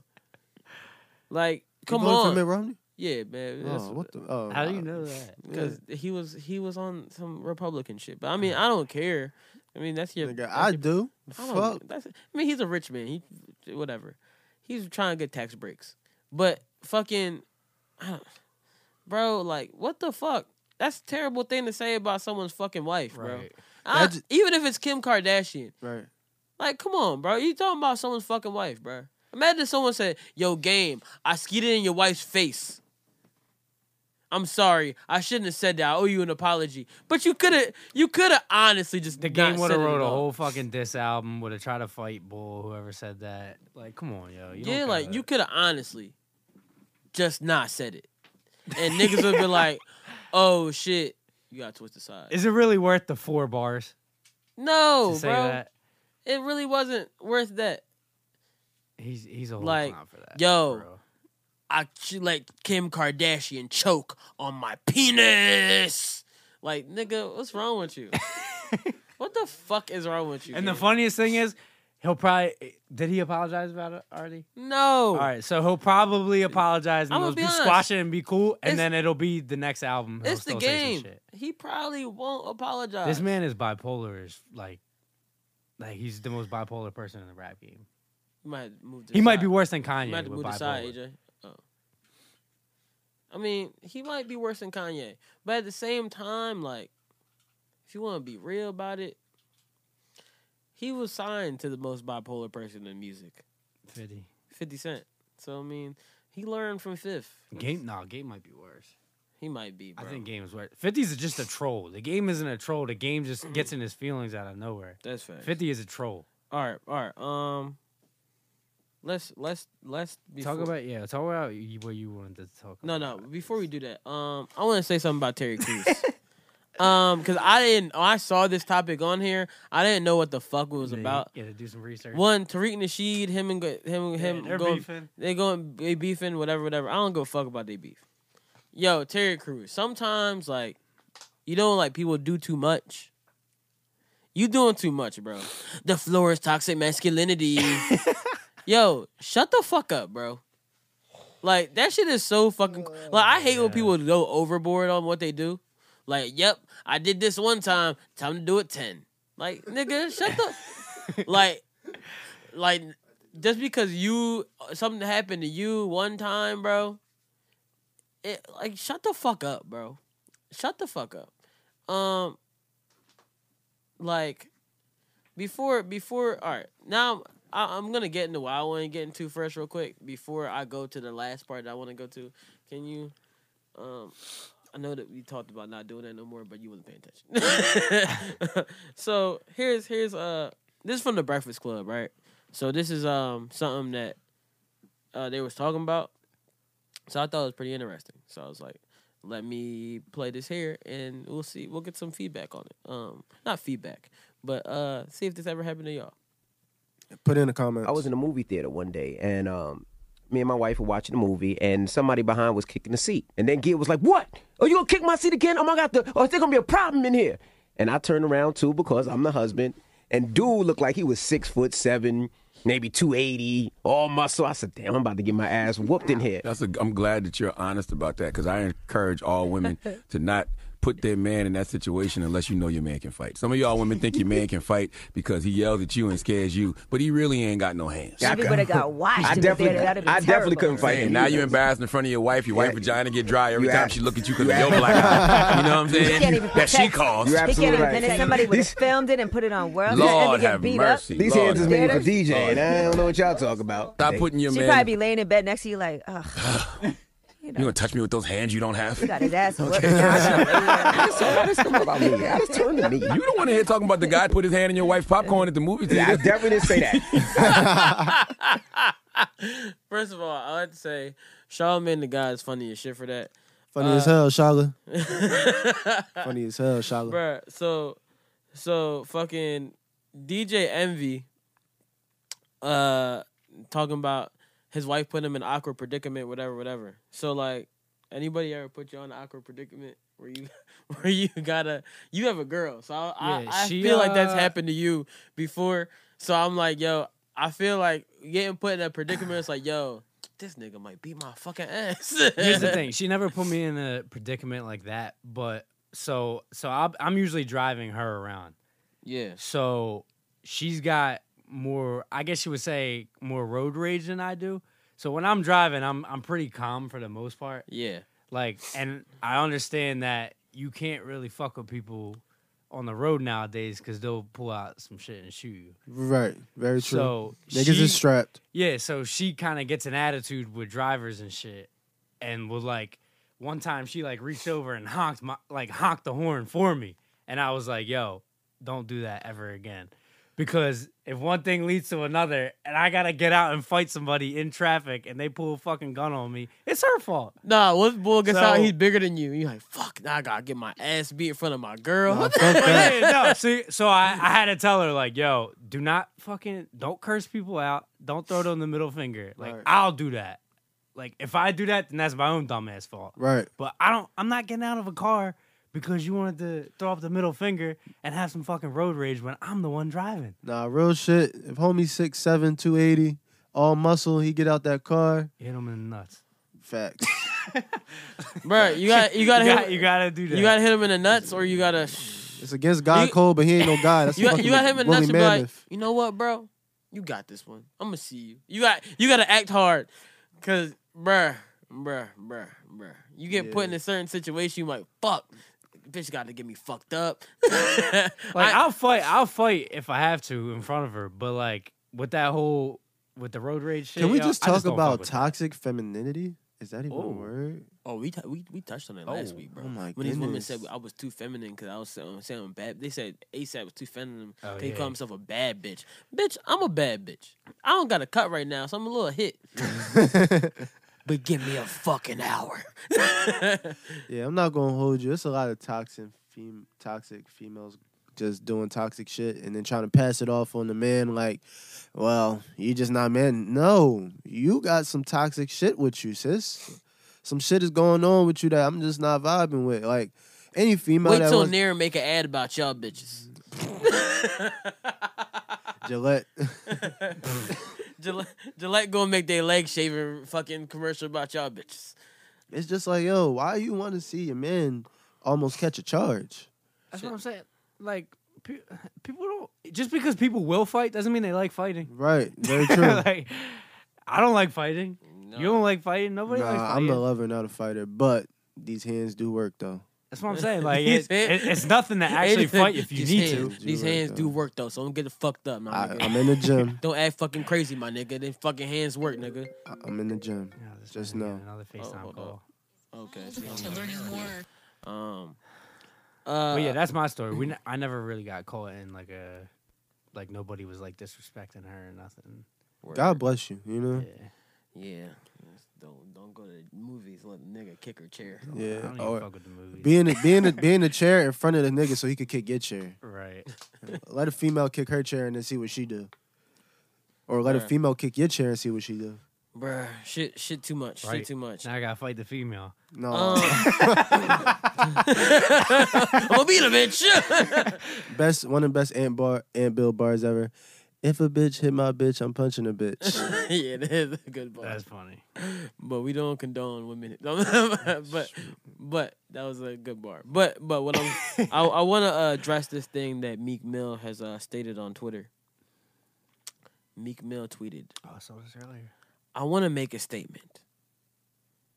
like, come voted for on, Mitt Romney? Yeah, man. Oh, that's- what the? Oh, how do you know that? because he was he was on some Republican shit. But I mean, I don't care. I mean, that's your. that's Mm. uh, I your- do. I Fuck. That's, I mean, he's a rich man. He whatever. He's trying to get tax breaks, but fucking, I don't- bro, like what the fuck? That's a terrible thing to say about someone's fucking wife, bro. Right. I- That's- even if it's Kim Kardashian, Right. like, come on, bro. You talking about someone's fucking wife, bro? Imagine someone said, "Yo, game, I skeeted in your wife's face." I'm sorry. I shouldn't have said that. I owe you an apology. But you could have. You could have honestly just The game would would have wrote a whole fucking diss album. Would have tried to fight Bull. Whoever said that. Like, come on, yo. You yeah, don't like gotta- you could have honestly just not said it, and niggas would be like, "Oh shit, you got twisted side." Is it really worth the four bars no, to say Oh, bro. that? It really wasn't worth that. He's he's a whole like, clown for that. yo, I ch- let Kim Kardashian choke on my penis. Like, nigga, what's wrong with you? what the fuck is wrong with you? And the Kim? funniest thing is, he'll probably did he apologize about it already? no. All right, so he'll probably apologize and I'ma they'll be be honest. squash it and be cool, and It's- then it'll be the next album. he'll it's the still say some game. shit. He probably won't apologize. This man is bipolar. Is like, like he's the most bipolar person in the rap game. You might move to He the might side. be worse than Kanye You might have to with move to side, bipolar. AJ. Oh. I mean, he might be worse than Kanye, but at the same time, like, if you want to be real about it, he was signed to the most bipolar person in music, Fifty. Fifty Cent. So I mean, he learned from Fifth. Game, nah, game might be worse. He might be. Bro. I think game is worse. Fifties is just a troll. The game isn't a troll. The game just gets in his feelings out of nowhere. That's fact. Fifty is a troll. All right, all right. Um, let's let's let's Talk before- about yeah. Talk about you- what you wanted to talk. No, no. Before we do that, um, I want to say something about Terry Crews. um, because I didn't. I saw this topic on here. I didn't know what the fuck it was Yeah, you about. gotta do some research. One, Tariq Nasheed, him and go- him, Yeah, him, they're going, beefing. They going, they beefing, whatever, whatever. I don't give a fuck about they beef. Yo, Terry Crews. Sometimes, like, you know, like people do too much. You doing too much, bro. The floor is toxic masculinity. Yo, shut the fuck up, bro. Like that shit is so fucking. Like I hate when people go overboard on what they do. Like, yep, I did this one time. Time to do it ten. Like, nigga, shut the. Like, like just because you uh, something happened to you one time, bro. It like shut the fuck up, bro. Shut the fuck up. Um, like before before all right now I, i'm gonna get into what i want to get into first real quick before i go to the last part that i want to go to can you um i know that we talked about not doing that no more but you wasn't paying attention so here's here's uh this is from the breakfast club right so this is um something that uh they was talking about so i thought it was pretty interesting so i was like let me play this here and we'll see we'll get some feedback on it um not feedback but uh see if this ever happened to y'all Put in the comments. I was in a movie theater one day, and um, me and my wife were watching a movie, and somebody behind was kicking the seat. And then Gil was like, "What? Are you gonna kick my seat again? Oh my god! The, oh, is there gonna be a problem in here?" And I turned around too because I'm the husband, and dude looked like he was six foot seven, maybe two eighty, all muscle. I said, "Damn, I'm about to get my ass whooped in here." That's a, I'm glad that you're honest about that because I encourage all women to not put their man in that situation unless you know your man can fight. Some of y'all women think your man can fight because he yells at you and scares you, but he really ain't got no hands. If it would've got washed in the theater, that'd have been terrible. Saying, Now you're embarrassed in front of your wife. Your wife vagina get dry every You time act- she look at you because you of your act- black eye. You know what I'm He saying? can't even that she protect- calls. He can't even, and if somebody would have filmed it and put it on World, Lord Lord have get beat mercy. up. These Lord hands is made Theater. for DJ, and I don't know what y'all talk about. Stop putting your She'd man. probably be laying in bed next to you, like, ugh, you gonna touch me with those hands you don't have? you got his ass whooped. You don't want to hear talking about the guy put his hand in your wife's popcorn at the movie theater. I definitely didn't say that. First of all, I like to say Charlamagne the guy is funny as shit for that. Funny Uh, as hell, Shala. Funny as hell, Shala. Bruh, so so fucking DJ Envy uh talking about his wife put him in awkward predicament, whatever, whatever. So like anybody ever put you on an awkward predicament where you where you gotta you have a girl. So I Yeah, I, I she, feel like that's uh, happened to you before. So I'm like, yo, I feel like getting put in a predicament, it's like, yo, this nigga might beat my fucking ass. Here's the thing. She never put me in a predicament like that. But so so i I'm usually driving her around. Yeah. So she's got more. I guess you would say more road rage than I do. So when I'm driving, I'm I'm pretty calm for the most part. Yeah. Like, and I understand that you can't really fuck with people on the road nowadays because they'll pull out some shit and shoot you. Right. Very true. So Niggas she- is strapped. Yeah, so she kind of gets an attitude with drivers and shit, and will like one time she like reached over and honked my like honked the horn for me, and I was like, "Yo, don't do that ever again." because if one thing leads to another, and I gotta get out and fight somebody in traffic, and they pull a fucking gun on me, it's her fault. Nah, once boy gets out, So- he's bigger than you. You're like, fuck, now I gotta get my ass beat in front of my girl. Yeah, no, see, so I, I had to tell her like, yo, do not fucking don't curse people out. Don't throw them the middle finger. Like Right. I'll do that. Like if I do that, then that's my own dumbass fault. Right. But I don't. I'm not getting out of a car because you wanted to throw up the middle finger and have some fucking road rage when I'm the one driving. Nah, real shit. If homie six seven two eighty, all muscle, he get out that car. Hit him in the nuts. Facts. Bro, you got you got You hit. got- you gotta do that. You gotta hit him in the nuts, or you gotta. It's against God code, but he ain't no God. That's you got fucking you got him in the Woolly nuts. You be like, Mammoth. you know what, bro? You got this one. I'm gonna see you. You got you gotta act hard, cause bruh, bruh, bruh, bruh. You get put in a certain situation, you like fuck. Bitch got to get me fucked up. Like I, will fight. I'll fight if I have to in front of her. But like with that whole with the road rage shit. Can we yo, just I talk don't fuck about with toxic femininity? Is that even Oh. a word? Oh, we, t- we we touched on it Oh, last week, bro. oh my when these women goodness. said I was too feminine because I was um, sounding bad, they said ASAP was too feminine. Oh, he yeah. called himself a bad bitch. Bitch, I'm a bad bitch. I don't got a cut right now, so I'm a little hit. but give me a fucking hour. Yeah, I'm not gonna hold you. It's a lot of toxic fem- toxic females just doing toxic shit and then trying to pass it off on the man like, well, you just not man. No, you got some toxic shit with you, sis. Some shit is going on with you that I'm just not vibing with. Like any female Wait that till wants Nair make an ad about y'all bitches. Gillette. Gillette, Gillette gonna make their leg shaving fucking commercial about y'all bitches. it's just like, yo, why you want to see your man almost catch a charge? That's what I'm saying. Like pe- people don't just because people will fight doesn't mean they like fighting. Right. Very true. like I don't like fighting. You don't like fighting. Nobody likes Nah, I'm fighting. a lover, not a fighter. But these hands do work though. That's what I'm saying. Like it, These it- hands- it's nothing to actually These- fight if you these need hands- to. These hands do work though, so don't get it fucked up, my I- nigga. I'm in the gym. don't act fucking crazy, my nigga. Them fucking hands work, nigga. I'm in the gym. Just know. Another FaceTime call. Okay. Um. but yeah, uh, that's my story. We n- I never really got caught in like a like nobody was like disrespecting her or nothing. God bless you. You know. Yeah. Don't don't go to the movies. Let the nigga kick her chair. Yeah. or Being a, being a, being a chair in front of the nigga so he could kick your chair. Right. Let a female kick her chair and then see what she do. Or let a Bruh. female kick your chair and see what she do. Bruh, shit, shit too much. Right. Shit too much. Now I gotta fight the female. No. Um, I'm gonna beat a bitch. Best one of the best ant bar ant bill bars ever. If a bitch hit my bitch, I'm punching a bitch. yeah, that is a good bar. That's funny. But we don't condone women. but but that was a good bar. But but what I'm I, I want to uh, address this thing that Meek Mill has uh, stated on Twitter. Meek Mill tweeted, Oh, I saw this earlier. "I want to make a statement.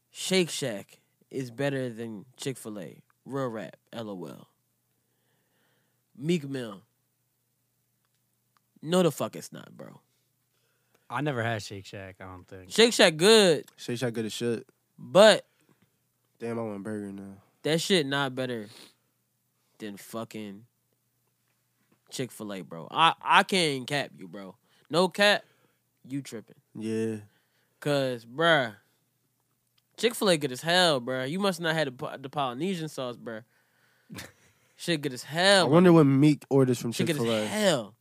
Shake Shack is better than Chick Fil A. Real rap. LOL." Meek Mill. No, the fuck it's not, bro. I never had Shake Shack. I don't think. Shake Shack good, Shake Shack good as shit. but Damn, I want burger now. That shit not better than fucking Chick Fil A, bro. I I can't even cap you, bro. No cap, you tripping. Yeah. Cause, bruh, Chick Fil A good as hell, bruh. You must not had the, Po- the Polynesian sauce, bruh. shit good as I hell. bruh. wonder what Meek orders from shit Chick good Fil as A. hell.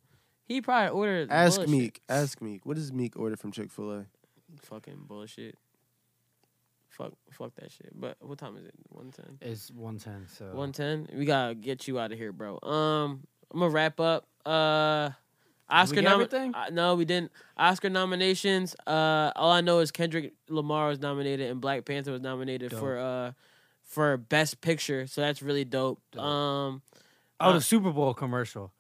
He probably ordered Ask bullshit. Meek. Ask Meek. What does Meek order from Chick Fil A? Fucking bullshit. Fuck, fuck that shit. But what time is it? One ten. It's one ten. So 110. We gotta get you out of here, bro. Um, I'm gonna wrap up. Uh, we Oscar get nomination. everything? No, we didn't. Oscar nominations. Uh, all I know is Kendrick Lamar was nominated and Black Panther was nominated Dope. for uh for Best Picture. So that's really dope. Um, Oh, uh, the Super Bowl commercial.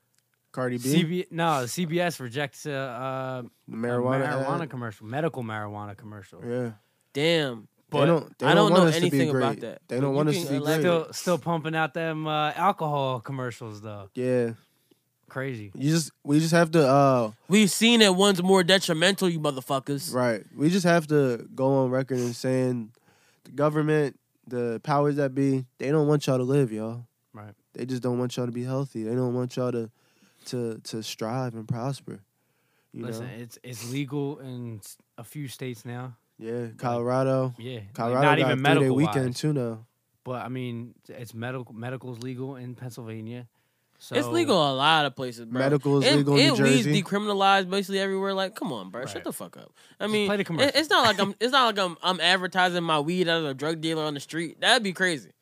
Cardi B. CB, no, CBS rejects uh, uh, The marijuana a marijuana ad. commercial, medical marijuana commercial. Yeah. damn. They But don't- they I don't don't want know us to be anything great. about that. They But don't want you us to can be great. elaborate. Still, still pumping out them uh, alcohol commercials though. Yeah. Crazy. You just we just have to uh We've seen that one's more detrimental, you motherfuckers. Right. We just have to go on record and saying the government, the powers that be, they don't want y'all to live, y'all. Right. They just don't want y'all to be healthy. They don't want y'all to to to strive and prosper. You Listen, know, it's it's legal in s- a few states now. yeah, Colorado. Yeah, like, Colorado not got even a three-day medical weekend wise. too now. But I mean, it's medical medical's legal in Pennsylvania. So it's legal in a lot of places, bro. Medical is it, legal in it New weed's Jersey. decriminalized basically everywhere. Like, come on, bro, shut the fuck up. I mean, play the it- commercial. it's not like I'm. It's not like I'm. I'm advertising my weed as a drug dealer on the street. That'd be crazy.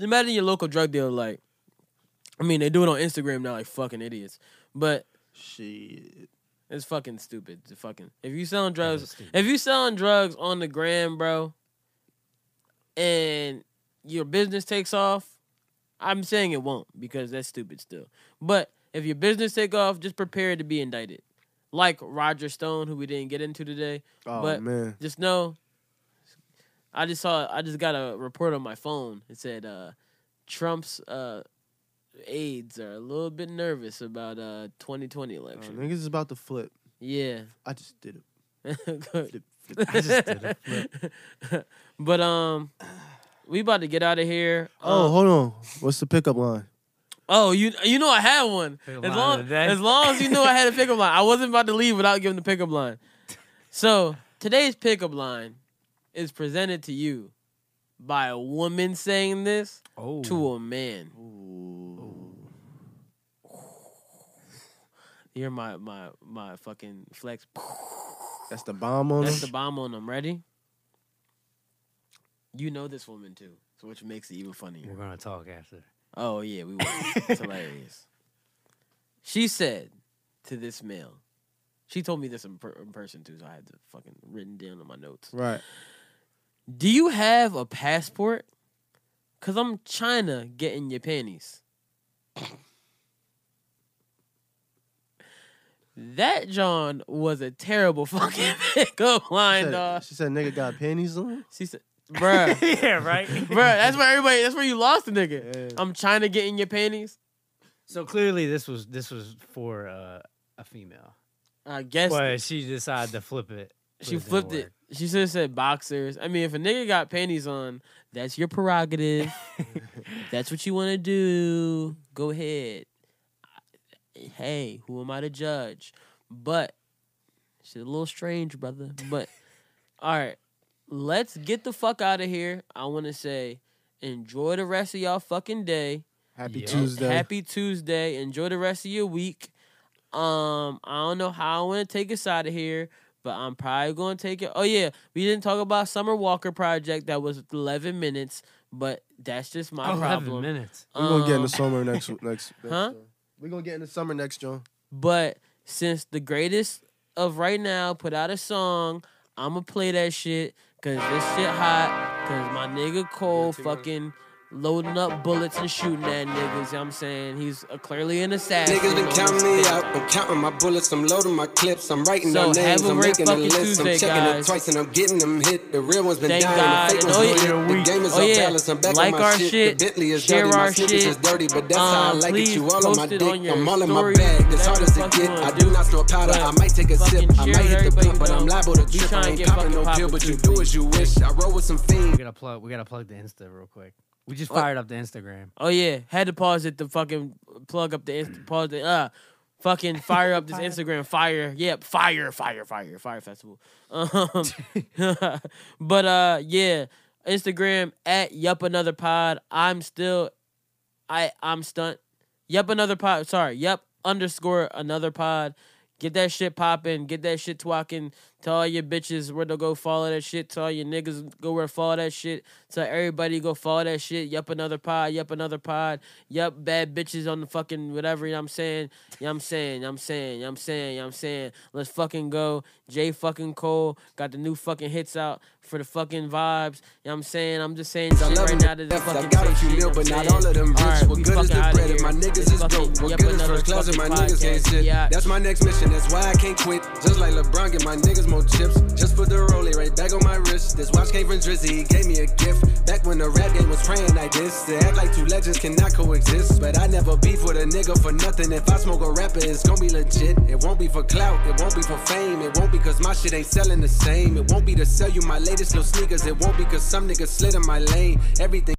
Imagine your local drug dealer. Like, I mean, they do it on Instagram now, like fucking idiots. But shit, it's fucking stupid. To fucking if you selling drugs, if you selling drugs on the gram, bro, and your business takes off, I'm saying it won't because that's stupid still. But if your business take off, just prepare to be indicted, like Roger Stone, who we didn't get into today. Oh, but man. just know, I just saw, I just got a report on my phone. It said uh, Trump's uh, aides are a little bit nervous about uh 2020 election. Niggas is about to flip. Yeah. I just did it. Good. flip. I just did a but um, we about to get out of here. Uh. Oh, Um, hold on. What's the pickup line? Oh, you you know I had one. Pickup As line long, of the day. as long as you knew I had a pickup line, I wasn't about to leave without giving the pickup line. So today's pickup line is presented to you by a woman saying this oh, to a man. You're my my my fucking flex. That's the bomb on That's them? the bomb on them. Ready? You know this woman too, so which makes it even funnier. We're gonna talk after. Oh yeah, we will. it's hilarious. She said to this male, she told me this in, per- in person too, so I had to fucking written down on my notes. Right. Do you have a passport? Cause I'm China getting your panties. That John was a terrible fucking pickup She line, said- dog. She said, "Nigga got panties on." She said, Bruh. yeah, right. Bruh, that's where everybody that's where you lost the nigga. I'm China getting your panties. So clearly, this was this was for uh, a female. I guess but she decided to flip it. but She it didn't flipped it. work. She should have said boxers. I mean, if a nigga got panties on, that's your prerogative. that's what you want to do. Go ahead. I- Hey, who am I to judge? But she's a little strange, brother. But all right, let's get the fuck out of here. I want to say, enjoy the rest of y'all fucking day. Happy Tuesday. Happy Tuesday. Enjoy the rest of your week. Um, I don't know how I want to take us out of here, but I'm probably going to take it. Oh yeah, we didn't talk about Summer Walker project that was 11 minutes, but that's just my 11 problem. minutes. We're gonna get in Um, the summer next next. next Huh? We're gonna get in the summer next, John. But since the greatest of right now put out a song, I'ma play that shit cause this shit hot. Cause my nigga Cole fucking loading up bullets and shooting at niggas. You know what I'm saying he's uh, clearly an assassin. Niggas been on counting this me bitch. out. I'm counting my bullets. I'm loading my clips. I'm writing So, their have names. a I'm great making a fucking list. Tuesday, I'm checking them guys. twice and I'm getting them hit. The real ones been Thank dying. God. The fake And ones oh, yeah. no hit. The game is Oh, off yeah. balance. I'm back Like on my our shit. The Bentley is Share dirty. our my sneakers shit. is dirty, but that's how I Um, like please it. You all on my post it dick. on your I'm all in my stories, bag. It's hard as it whatever the fuck get. you I wanna do not store powder. But I might take a share sip. I might with hit the everybody blunt, you but I'm know. liable to We trip. tryna I ain't get popping no fucking pill, poppin' but you too, do as you wish. I roll with some fiends. We gotta plug. We gotta plug the Insta real quick. We just Oh. fired up the Instagram. Oh yeah, had to pause it to fucking plug up the inst- pause the uh, fucking fire up this Instagram fire. Yep, fire, fire, fire, fire festival. Um, but uh, yeah, Instagram at yup another pod. I'm still, I I'm stunt. Yup another pod. Sorry, yup underscore another pod. Get that shit popping. Get that shit twacking. Tell all your bitches where to go follow that shit. Tell all your niggas go where to follow that shit. Tell everybody go follow that shit. Yup, another pod. Yup, another pod. Yup, bad bitches on the fucking whatever. You know what I'm saying? You know what I'm saying? You know what I'm saying? You know what I'm saying? You know what I'm saying? Let's fucking go. J fucking Cole got the new fucking hits out for the fucking vibes. You know what I'm saying? I'm just saying I shit love right now. That them. is I fucking got a fake few shit, you know mil, what I'm but not saying? all of them All rich. right, What we good is fucking the outta bread? here. And my niggas It's is fucking dope. What Yep good is Another first class? And my fucking niggas ain't podcast. shit. Yeah. That's my next mission. That's why I can't quit. Just like LeBron, get my niggas more chips. Just put the rollie right back on my wrist. This watch came from Drizzy. He gave me a gift. Back when the rap game was praying like this. To act like two legends cannot coexist. But I never beef with a nigga for nothing. If I smoke a rapper, it's gonna be legit. It won't be for clout. It won't be for fame. It won't be cause my shit ain't selling the same. It won't be to sell you my latest little sneakers. It won't be cause some niggas slid in my lane. Everything.